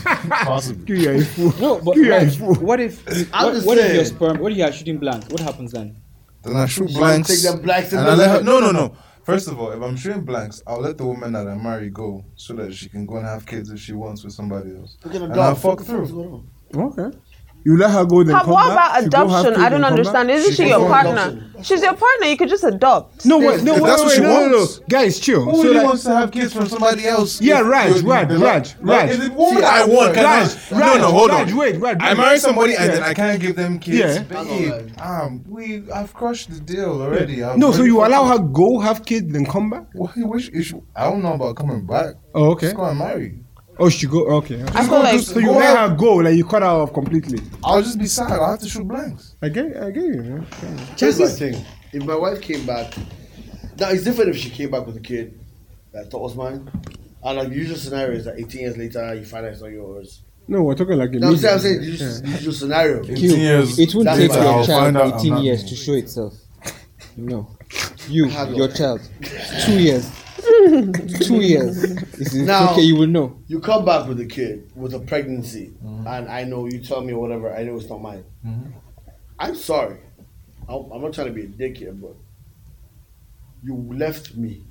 are a fool. No, but You are a like, fool. what if you, I'm what, just what if saying. your sperm? What if you are shooting blank? What happens then? Then I shoot She blanks. take them blacks and and I let her, doesn't- no, no, no. First of all, if I'm shooting blanks, I'll let the woman that I marry go so that she can go and have kids if she wants with somebody else. Look at the And Uh-huh. I'll dog. fuck through. Okay. You let her go then How- come what back. about She go have adoption? kids I and don't come understand. back. Isn't she, She your can go partner? adoption. She's your partner. You could just adopt. No, wait, no, If wait, that's wait, what she no, no, wants. no. Guys, chill. Who So, really like- wants to have kids from somebody else? Yeah, If Raj, you're- Raj, you're Raj, like- Raj. If the woman See, I want, can Raj, I, Raj, no, no, hold Raj, on. wait, Raj, I Raj. marry somebody and Yeah. then I can't give them kids. Yeah. Babe, um, we, I've crushed the deal already. I've No, so already you fucked allow up. her go have kids then come back? Well, you wish you should, I don't know about coming back. Oh, okay. Just go and marry. Oh, she go. Okay. okay. I feel like So you let her go, like you cut her off completely. I'll just be sad. I'll have to shoot blanks. I get, I get you. Man. Here's my thing. If my wife came back, now it's different if she came back with a kid that I thought was mine. And like the usual scenario is that 18 years later you find out it's not yours. No, we're talking like a. No, I'm saying, I'm saying medium. the usual, the usual scenario. You- It won't That's take why your I'll child find out I'm 18 not years doing to show itself. No. You, Hard your work. child. Two years. Two years. It's, it's Now- okay, you will know. You come back with a kid with a pregnancy, and I know you tell me or whatever. I know it's not mine. I'm sorry. I'm, I'm not trying to be a dick here, but you left me.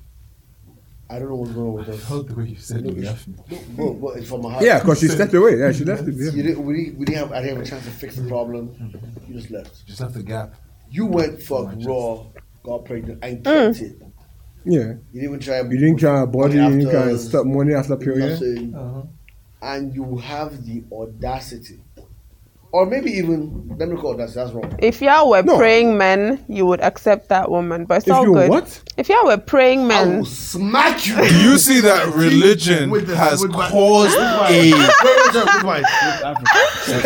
I don't know what's going on with us. the way you said you left me. Bro, but it's from my heart. Yeah, because she stepped away. Yeah, she left it. You Yeah. didn't, we, didn't, we didn't have. I didn't have a chance to fix the problem. You just left. Just left the gap. You went fuck raw, got pregnant, and kept it. yeah. You didn't even try. You didn't try her body. You didn't try her After- stop money after period. Nothing. And you have the audacity, or maybe even let me call that. That's wrong. If y'all were No. praying men, you would accept that woman. But it's If all you good. what? If y'all were praying I men, will smack you. Um, Do you see that religion With the- has with my- caused a Wait, wait, wait,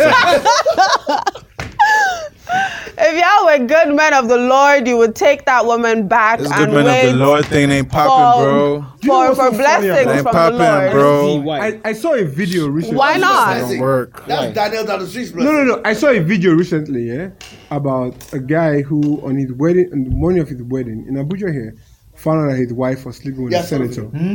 wait, wait. if y'all were good men of the Lord, you would take that woman back This good and man wait of the Lord thing ain't popping, bro. for, You know for, what's for so funny about blessings It ain't from the Lord. popping, See bro. why? I, I saw a video recently. Why not? That's Don't it. work. That's Daniel down the street. No, no, no. I saw a video recently, yeah, about a guy who, on his wedding, on the morning of his wedding in Abuja here, found out that his wife was sleeping with Yeah, a I saw the Hmm?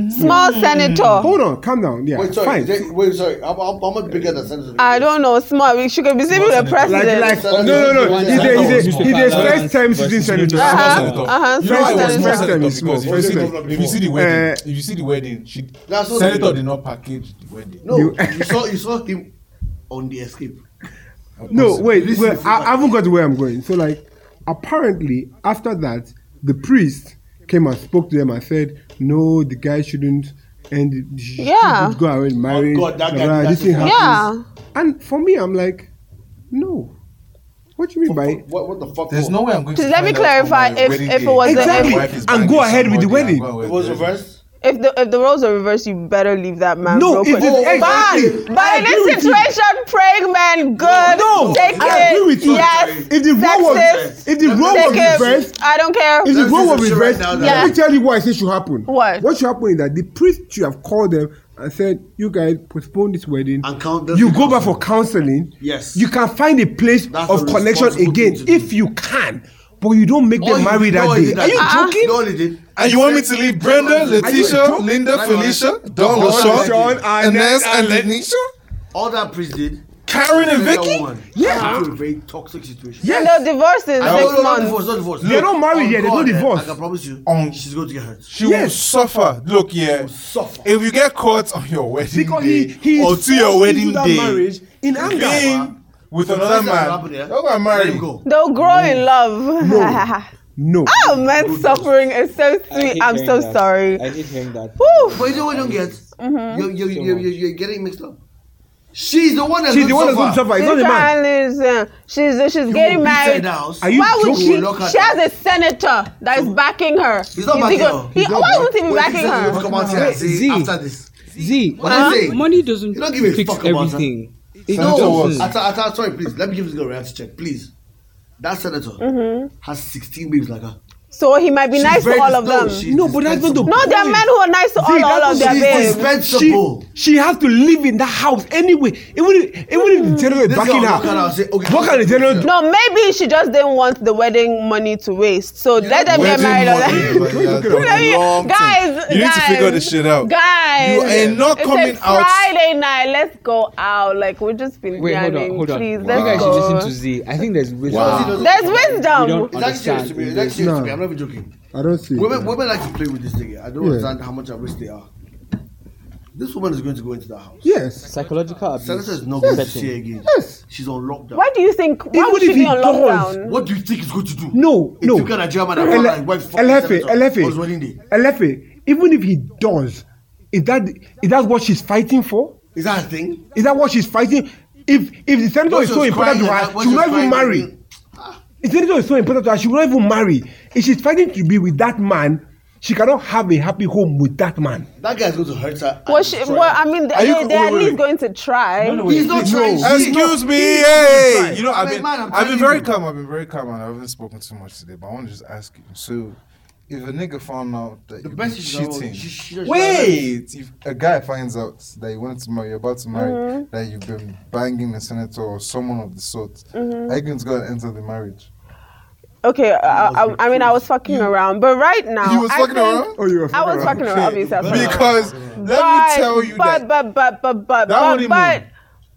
senator. Small senator. Hold on, calm down. Yeah, Wait, sorry. fine. Jay- Wait, sorry. How, how, how much bigger than Senator? I don't know. Small. She could be sleeping with the like, president. like, Senator. no, no, no. One He's senator. a, he's a, he's a Newspaper first time balance sitting versus senator. newspaper Uh-huh, Uh-huh. senator. You know why uh-huh, it was more senator. senator Senator because if before. you see Senator the- if you see the before. wedding, Uh, if you see the wedding, she That's what they senator do. did not package the wedding. No, You- you, saw you saw him on the escape. No, wait. This wait is- I, I haven't got to where I'm going. So, like, apparently, after that, the priest came and spoke to them and said, "No, the guy shouldn't." And Yeah. go away and marry. God, that guy blah, did blah, that this to thing him. happens. Yeah. And for me, I'm like, no. What do you mean by What, what the fuck? There's no way I'm going to. Please let me find out on clarify my if- wedding if it day was that my Exactly. wife is And banging go ahead with the somebody and wedding. go It ahead was with reversed. If the if the roles are reversed, you better leave that man. No, real it quick. is exactly- But, I but in agree this with you. situation, praying man, good. No, take I it. agree with you. Yes, If the role was sexist, if the role take was it. reversed, I don't care. if the Let's role do was some shit reversed, right now, let Yeah. me tell you why this should happen. What? What should happen is that the priest should have called them and said, "You guys postpone this wedding. And count them you to go back for counseling. Yes. you can find a place That's of a connection responsible again thing to do. if you can." But you don't Oh, make them marry that day. Are you Uh-uh. joking? No, they did. And you want me to leave Brenda, Letitia, joking? Linda, Hang on. Felicia, Don, Don, LaShawn, Sean, Ines, and Lenisha, All that priest did. Karen, and That Vicky? woman. Yeah. Into a very toxic situation. And the divorce is No, no, six no, months. divorce, no divorce. They don't marry on yet, they don't God, eh, divorce. I can promise you, On- she's going to get hurt. She will Yes. suffer. Look, yeah. suffer. If you get caught on your wedding Because day he he or is Oh, to your forced wedding into that day, marriage in anger. being with That's another what man, happened, yeah? y'all got Let him married. go. They'll grow in love. No. No. oh, man, suffering is so I sweet. hate I'm hearing so that. sorry. I hate hearing that. Whew. But you know what you don't get? Mm-hmm. You're, you're, you're, you're, you're getting mixed up. She's the one that's She's the one going that's to going to suffer. It's suffer. She's not the man. Listen, she's she's You will getting beat her in married. the house. Are you Why would joking? she? You will look at She has a senator that is backing her. He's not Is backing he go- her. He, He's not why would he be Wait, backing he said he will her? Come out here and say Z. after this. Z, What I say? money, money doesn't You don't give a fix fuck about that. everything. It Senator was- doesn't. Atta, Atta, sorry, please. Let me give this girl a reality check, please. That senator has 16 babes like her. So he might Mm-hmm. be She's nice to very all of dis- them. no, she's No, No, but that's not the there are point. men who are nice to all, See, all that's of what their she's babes. dispensable. She, she has to live in that house anyway. Even if, even if the general is Hmm. This backing girl her. walk out and say, okay, what can the general do? No, maybe she just didn't want the wedding money to waste. So let them get Wedding married. on money, that. but yeah, it's Let a you- long thing. guys, You need to guys, figure this shit out. Guys, You ain't not it's a coming out- Friday night. Let's go out. Like we've just been Wait, hold on, grinding. hold on. Please, You let's guys should go. listen to Z. I think there's wisdom. Wow. There's We don't- wisdom. It's actually serious to me. It's actually serious to me. I'm not even joking. I don't see. Women, women like to play with this thing. I don't understand how much I wish they are. This woman is going to go into that house. Yes. Psychological abuse. Senator is not going to Setting. see her again. Yes. She's on lockdown. Why do you think? Why Even would if she he be on does, lockdown? What do you think it's going to do? No, It no. took her to German and found out his wife Elefe, fucking Elefe, senator on his wedding day. Elefe, Elefe, even if he does, is that is that what she's fighting for? Is that a thing? Is that what she's fighting? If if the senator When is she so was important to crying and her, when she she will not was even crying, marry. If the senator is so important to her, she will not even marry. If she's fighting to be with that man, she cannot have a happy home with that man. That guy's going to hurt her. and Well, she, destroy well, her. I mean, they, Are you- they, they're wait, at wait, least wait. going to try. he's not trying. No. she's not- Excuse me, he's hey! trying. You know, I've I'm been, like, man, I've I'm been telling very you. calm. I've been very calm, and I haven't spoken too much today. But I want to just ask you. So, if a nigga found out that The you best been is that cheating, she- she- she- wait, if a guy finds out that you wanted to marry, you're about to marry, Mm-hmm. that you've been banging a senator or someone of the sort, Mm-hmm. are you going to go and enter the marriage? Okay, I, I, I mean, I was fucking around, but right now, You was I fucking think- around? Oh, you were I was fucking fucking around, obviously. I was fucking around. Because let me tell you but, that. But but but but That but only but move.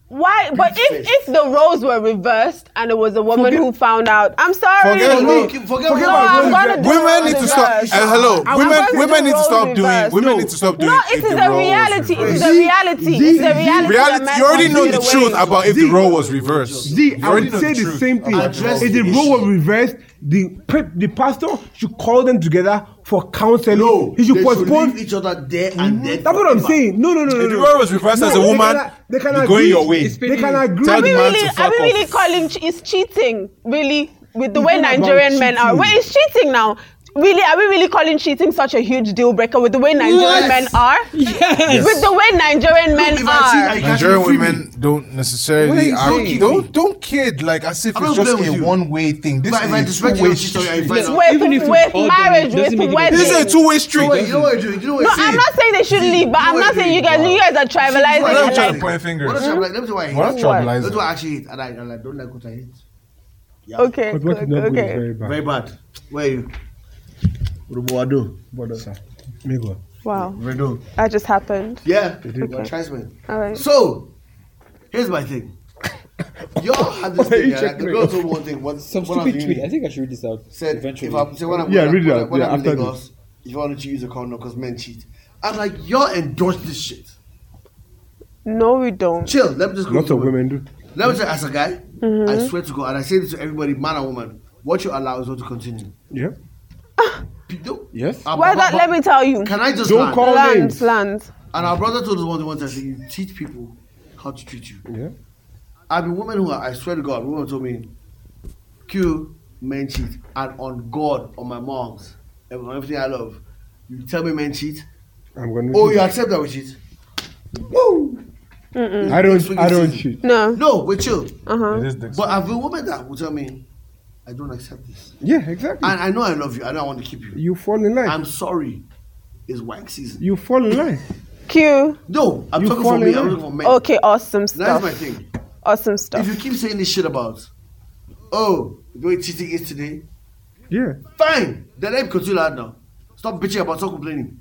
why? But if if the roles were reversed and it was a woman who found out, I'm sorry. Forget Forget- about- forget no, about I'm roles gonna do women roles need to stop. reversed. Uh, hello, I'm women. gonna do Women need to roles stop doing. reversed. Women No. need to stop doing. No, it if is the a role was reality. It's reversed. a reality. It's a reality. Reality. that You already men know must the get truth away. about if the role was reversed. See, You I already would know say the truth same thing. about Address If the the role issue. were reversed, the pre- the pastor should call them together for counseling. No, he should they postpone. leave each other there and there. That's what I'm forever. saying. No, no, no, no. If the no. role was reversed No, as a they woman, cannot- they can you're agree. going your way. They can agree. Tell Are we the man really, to are we fuck really off. calling ch- is cheating really with the It's way not about Nigerian men are? cheating. Wait, it's cheating now. Really, are we really calling cheating such a huge deal breaker with the way Nigerian men are? Yes. With the way Nigerian Look, men if I see are. that you can't Nigerian even free me, women don't What are necessarily you argue. saying? Don't don't kid like as if I'm it's not just playing with a you. one way thing. This But if I is a disrespect two you, way I'm sorry, I invite street. you. with Even if you with call them, marriage, it doesn't with make a wedding. difference. This is a two way street. You know what- you know what you do? You know what no, you I'm see? not saying they should leave, but I'm what not they saying you do, guys, wow. you guys are Why trivializing. don't it try like- to- point Why fingers. don't you- like, Let me tell you why I hate. Why not it. trouble That's why I actually hate, and I, and I don't like what I hate. Yeah. Okay, But what is good, not good is okay. very bad. Very bad. Where are you? Ruboado. uh, May God. Wow, Redo. that just happened. Yeah. Okay. Trust me. All right. So, here's my thing. Y'all have this thing. yeah, like, the girls told me one thing. One, Some one of stupid you tweet. I think I should read this out. said, eventually. if I'm, say when I'm, Yeah, when read it I'm, out. when Yeah, I'm in after Lagos, if you wanted to use a condom because men cheat. I'm like, y'all endorse this shit. No, we don't. Chill. Let me just go. Lots through of it. women do. Let me tell you, as a guy, Mm-hmm. I swear to God, and I say this to everybody, man and woman, what you allow is what to continue. Yeah. Ah, P- don't- Yes. Our Well, brother- that, let me tell you. Can I just Don't land? call- Land, names. land. And our brother told us one thing once. I said, you teach people how to treat you. Yeah. I mean, women who are, I swear to God, women told me, Q, men cheat. And on God, on my mom's, and on everything I love, you tell me men cheat. I'm going to. Oh, you accept that we cheat? Mm-hmm. I don't. I don't cheat. No. No, we're chill. It is the- But I've been women that will tell me, I don't accept this. Yeah, exactly. And I know I love you. I know I want to keep you. You fall in line. I'm sorry. It's wank season. You fall in line. Q. No, I'm You talking for fall me. in I'm love. talking for men. Okay, awesome That's my stuff. thing. Awesome stuff. If you keep saying this shit about, oh, the way cheating is today, Yeah. fine. Then let me continue that now. Stop bitching about, stop complaining.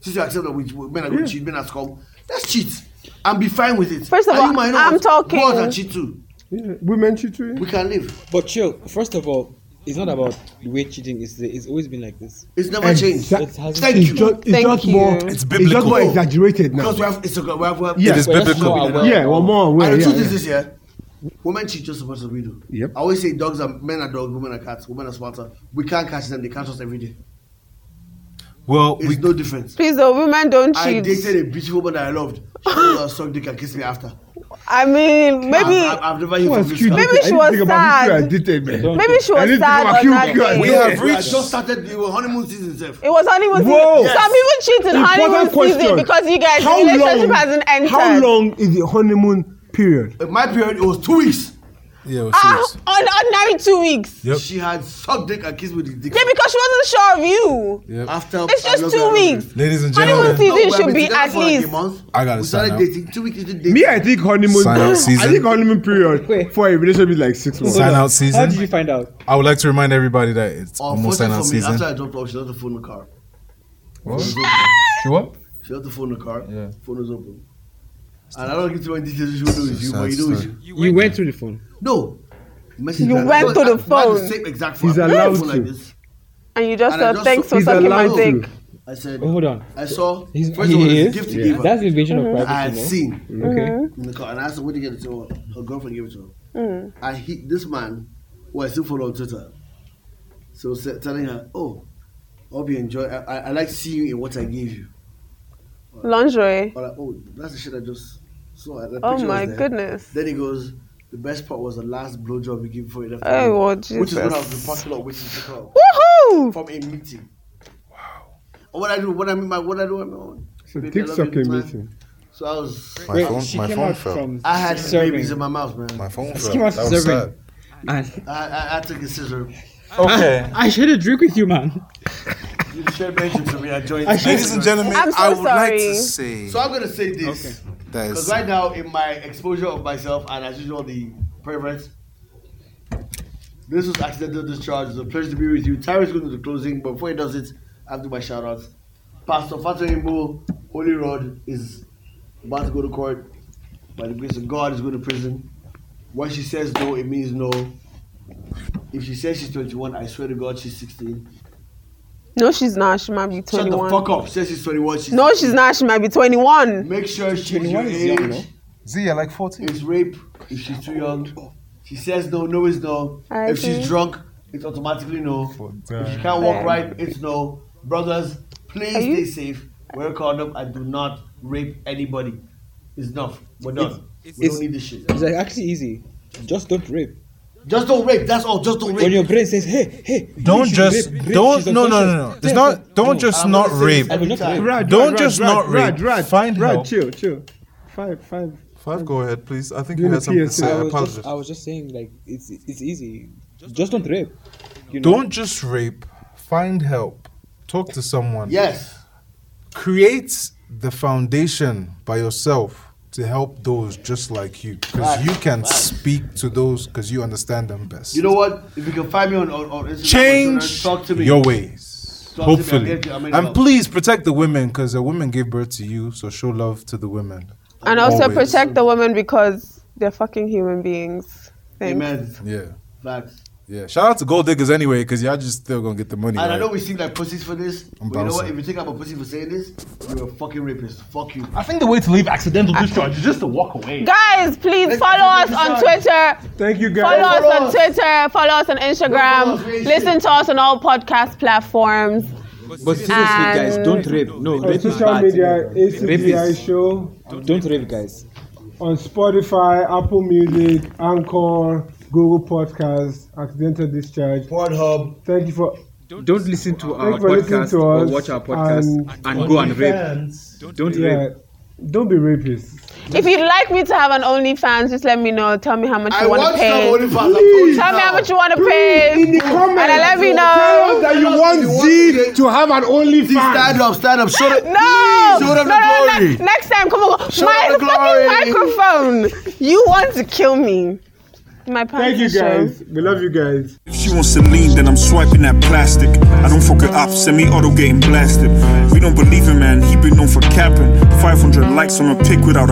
Since you accept that we, we- men are going to cheat, men are scum, let's cheat and be fine with it. First of And all, you might know I'm what- talking- Girls are cheat too. yeah. Women cheat too. We can live. But chill. First of all, it's not about the way cheating is. It's always been like this. It's never Exa- changed. It hasn't Thank It's you. just, it's Thank just you. more. It's It's just biblical. more exaggerated now. because we have, it's a, we have, we have, Yeah. It is But that's biblical. not our- Yeah. One more. aware, and the Yeah. truth is yeah. this, yeah. Women cheat just as much as we do. Yep. I always say dogs are men are dogs, women are cats, women are smarter. We can't catch them, they catch us every day. Well, It's we no difference. Please, though, women don't I cheat. dated a beautiful woman that I loved. She told her suck dick and kiss me after. I mean, I've, maybe I've, I've never heard Who from has this cute guy. Maybe dick? I she didn't was think about sad. who I dated, man. maybe she I was didn't sad think about on cute that girl. day. we Yeah. have I reached. just started the honeymoon season, Zef. It was honeymoon Whoa. season. Some people cheat in honeymoon Important question. season because you guys How the relationship long- hasn't entered. How long is the honeymoon period? In my period, it was two weeks. Yeah, it was Ah, serious. on ordinary two weeks. Yep. She had sucked dick and kissed with the dick. Yeah, because she wasn't sure of you. Yep. After It's I just looked two at her weeks. face. Ladies and Honeymoon gentlemen, No, we season have should been be together at for like a least. month. I gotta We sign started up. dating. Two weeks into dating. Me, I think honeymoon. Sign out I season. think honeymoon period Wait. for a relationship is like six months. sign Hold out on. How did you season. find out? I would like to remind everybody that Oh, it's almost sign Unfortunately out for me, after season. I dropped her off, she left the phone in the car. What? She what? She left the phone in the car. Yeah. Phone was open. And I don't give too many details. You know it's you, sad but you know it's story. you. You went through the phone. No. Message You her. went to the I- I had phone. same exact He's phone. I had allowed a phone like to. this. And you just And I said, just thanks saw- for He's sucking my allowed to. dick. I said, Oh, hold on. I saw. He's, first of all, he it's a is. gift he gave her. That's the invasion of I had privacy. no? seen. Okay. in the car and I asked her, what did you get it to her? Her girlfriend gave it to her. Hmm. I hit this man who I still follow on Twitter. So sa- telling her, oh, hope you enjoy. I, I, I like seeing you in what I gave you. Lingerie. I'm like, oh, that's the shit I just saw. The Oh picture was my there. goodness. Then he goes, the best part was the last blowjob you gave before you left. the Oh, room," well, Which is when I Jesus. was in the parking lot waiting to come Woohoo! from a meeting. Wow. What I do, what I mean by what I do, I mean. So Baby, I dick love sucking you, man. meeting. So I was, My Wait, phone, she my came phone out fell. from I had serving. babies in my mouth, man. My phone She came fell. out That was sad. serving. And I, I, I took a scissor. okay. I shared a drink with you, man. You shared mention to me. I joined. Ladies and gentlemen, I'm so I would like sorry. to say So I'm gonna say this that because is right now in my exposure of myself and as usual the perverts. This was accidental discharge. It's a pleasure to be with you. Tyra's going to the closing, but before he does it, I have to do my shout outs. Pastor Fatoyimbo Holy Rod is about to go to court. By the grace of God, is going to prison. When she says no, it means no. If she says she's 21, I swear to God, she's 16. No, she's not. She might be Shut the 21. fuck up. She says she's 21. She's No, she's not. She might be 21. Make sure she's 21 your is young, age. no? Z, you're like 14. It's rape if she's too young. She says no, no is no. I if she's see. drunk, it's automatically no. If she can't walk right, it's no. Brothers, please Are you- stay safe. Wear a condom and do not rape anybody. It's enough. We're done. we it's- don't need this shit. It's like actually easy. Just don't rape. Just don't rape. That's all. Just don't When your rape. brain says, hey, hey, you Don't should just rape, rape, don't she's no no no no. unconscious. It's Yeah, not no, don't just I'm not gonna say rape. this every I will not time. rape. Don't just not rape. Rad, rad, Find rad, help. chill, chill. Five, five. Five, go ahead, please. I think you Doing had a something to PSA. say. I was, just, I was just saying, like, it's it's easy. Just don't rape. You know? Don't just rape. Find help. Talk to someone. Yes. Create the foundation by yourself to help those just like you, because Right. you can speak to those because you understand them best. You know what? If you can find me on, on, on Instagram, or change Twitter, talk to me. your ways. Talk to me. I'll Hopefully, get you. I'm in and love. please protect the women because the women gave birth to you. So show love to the women. And also Always. protect the women because they're fucking human beings. Thanks. Amen. Yeah, Facts. yeah. Shout out to gold diggers anyway because y'all just still gonna get the money. And I right? know we seem like pussies for this, I'm but you know what? bouncing. If you think I'm a pussy for saying this, you're a fucking rapist. Fuck you. I think the way to leave accidental discharge is just to walk away. Guys, please Let's- follow us let's make on this hard. Twitter. Thank you, Follow guys. us follow on us. Twitter. Follow us on Instagram. us, we ain't Listen shit. to us on all podcast platforms. But seriously, guys, don't rape. No, On rape is social bad. media, Rape ACDI is. show. Don't rape, guys. On Spotify, Apple Music, Anchor, Google Podcasts, Accidental Discharge. Pornhub. Thank you for Don't listen to our Thanks for listening podcast to or us watch our podcast and, and- go and rape. Don't yeah. rape. Don't be rapists. If you'd like me to have an OnlyFans, just let me know. Tell me how much I you want want to some pay. OnlyFans. oh, I told you Tell me now. how much you want to pay. In the comments, And let me tell us know. that you Tell us want if you want Z to- to have an Stand OnlyFans. up, stand up. Show them. No! Show no, them no, the no, glory. ne- next time, come on. Show my them the fucking microphone. You want to kill me. My Thank you, guys. We love you guys. If she wants some lean, then I'm swiping that plastic. I don't fuck it up, semi auto getting blasted. We don't believe in man, he been known for capping. 500 likes on a pic without a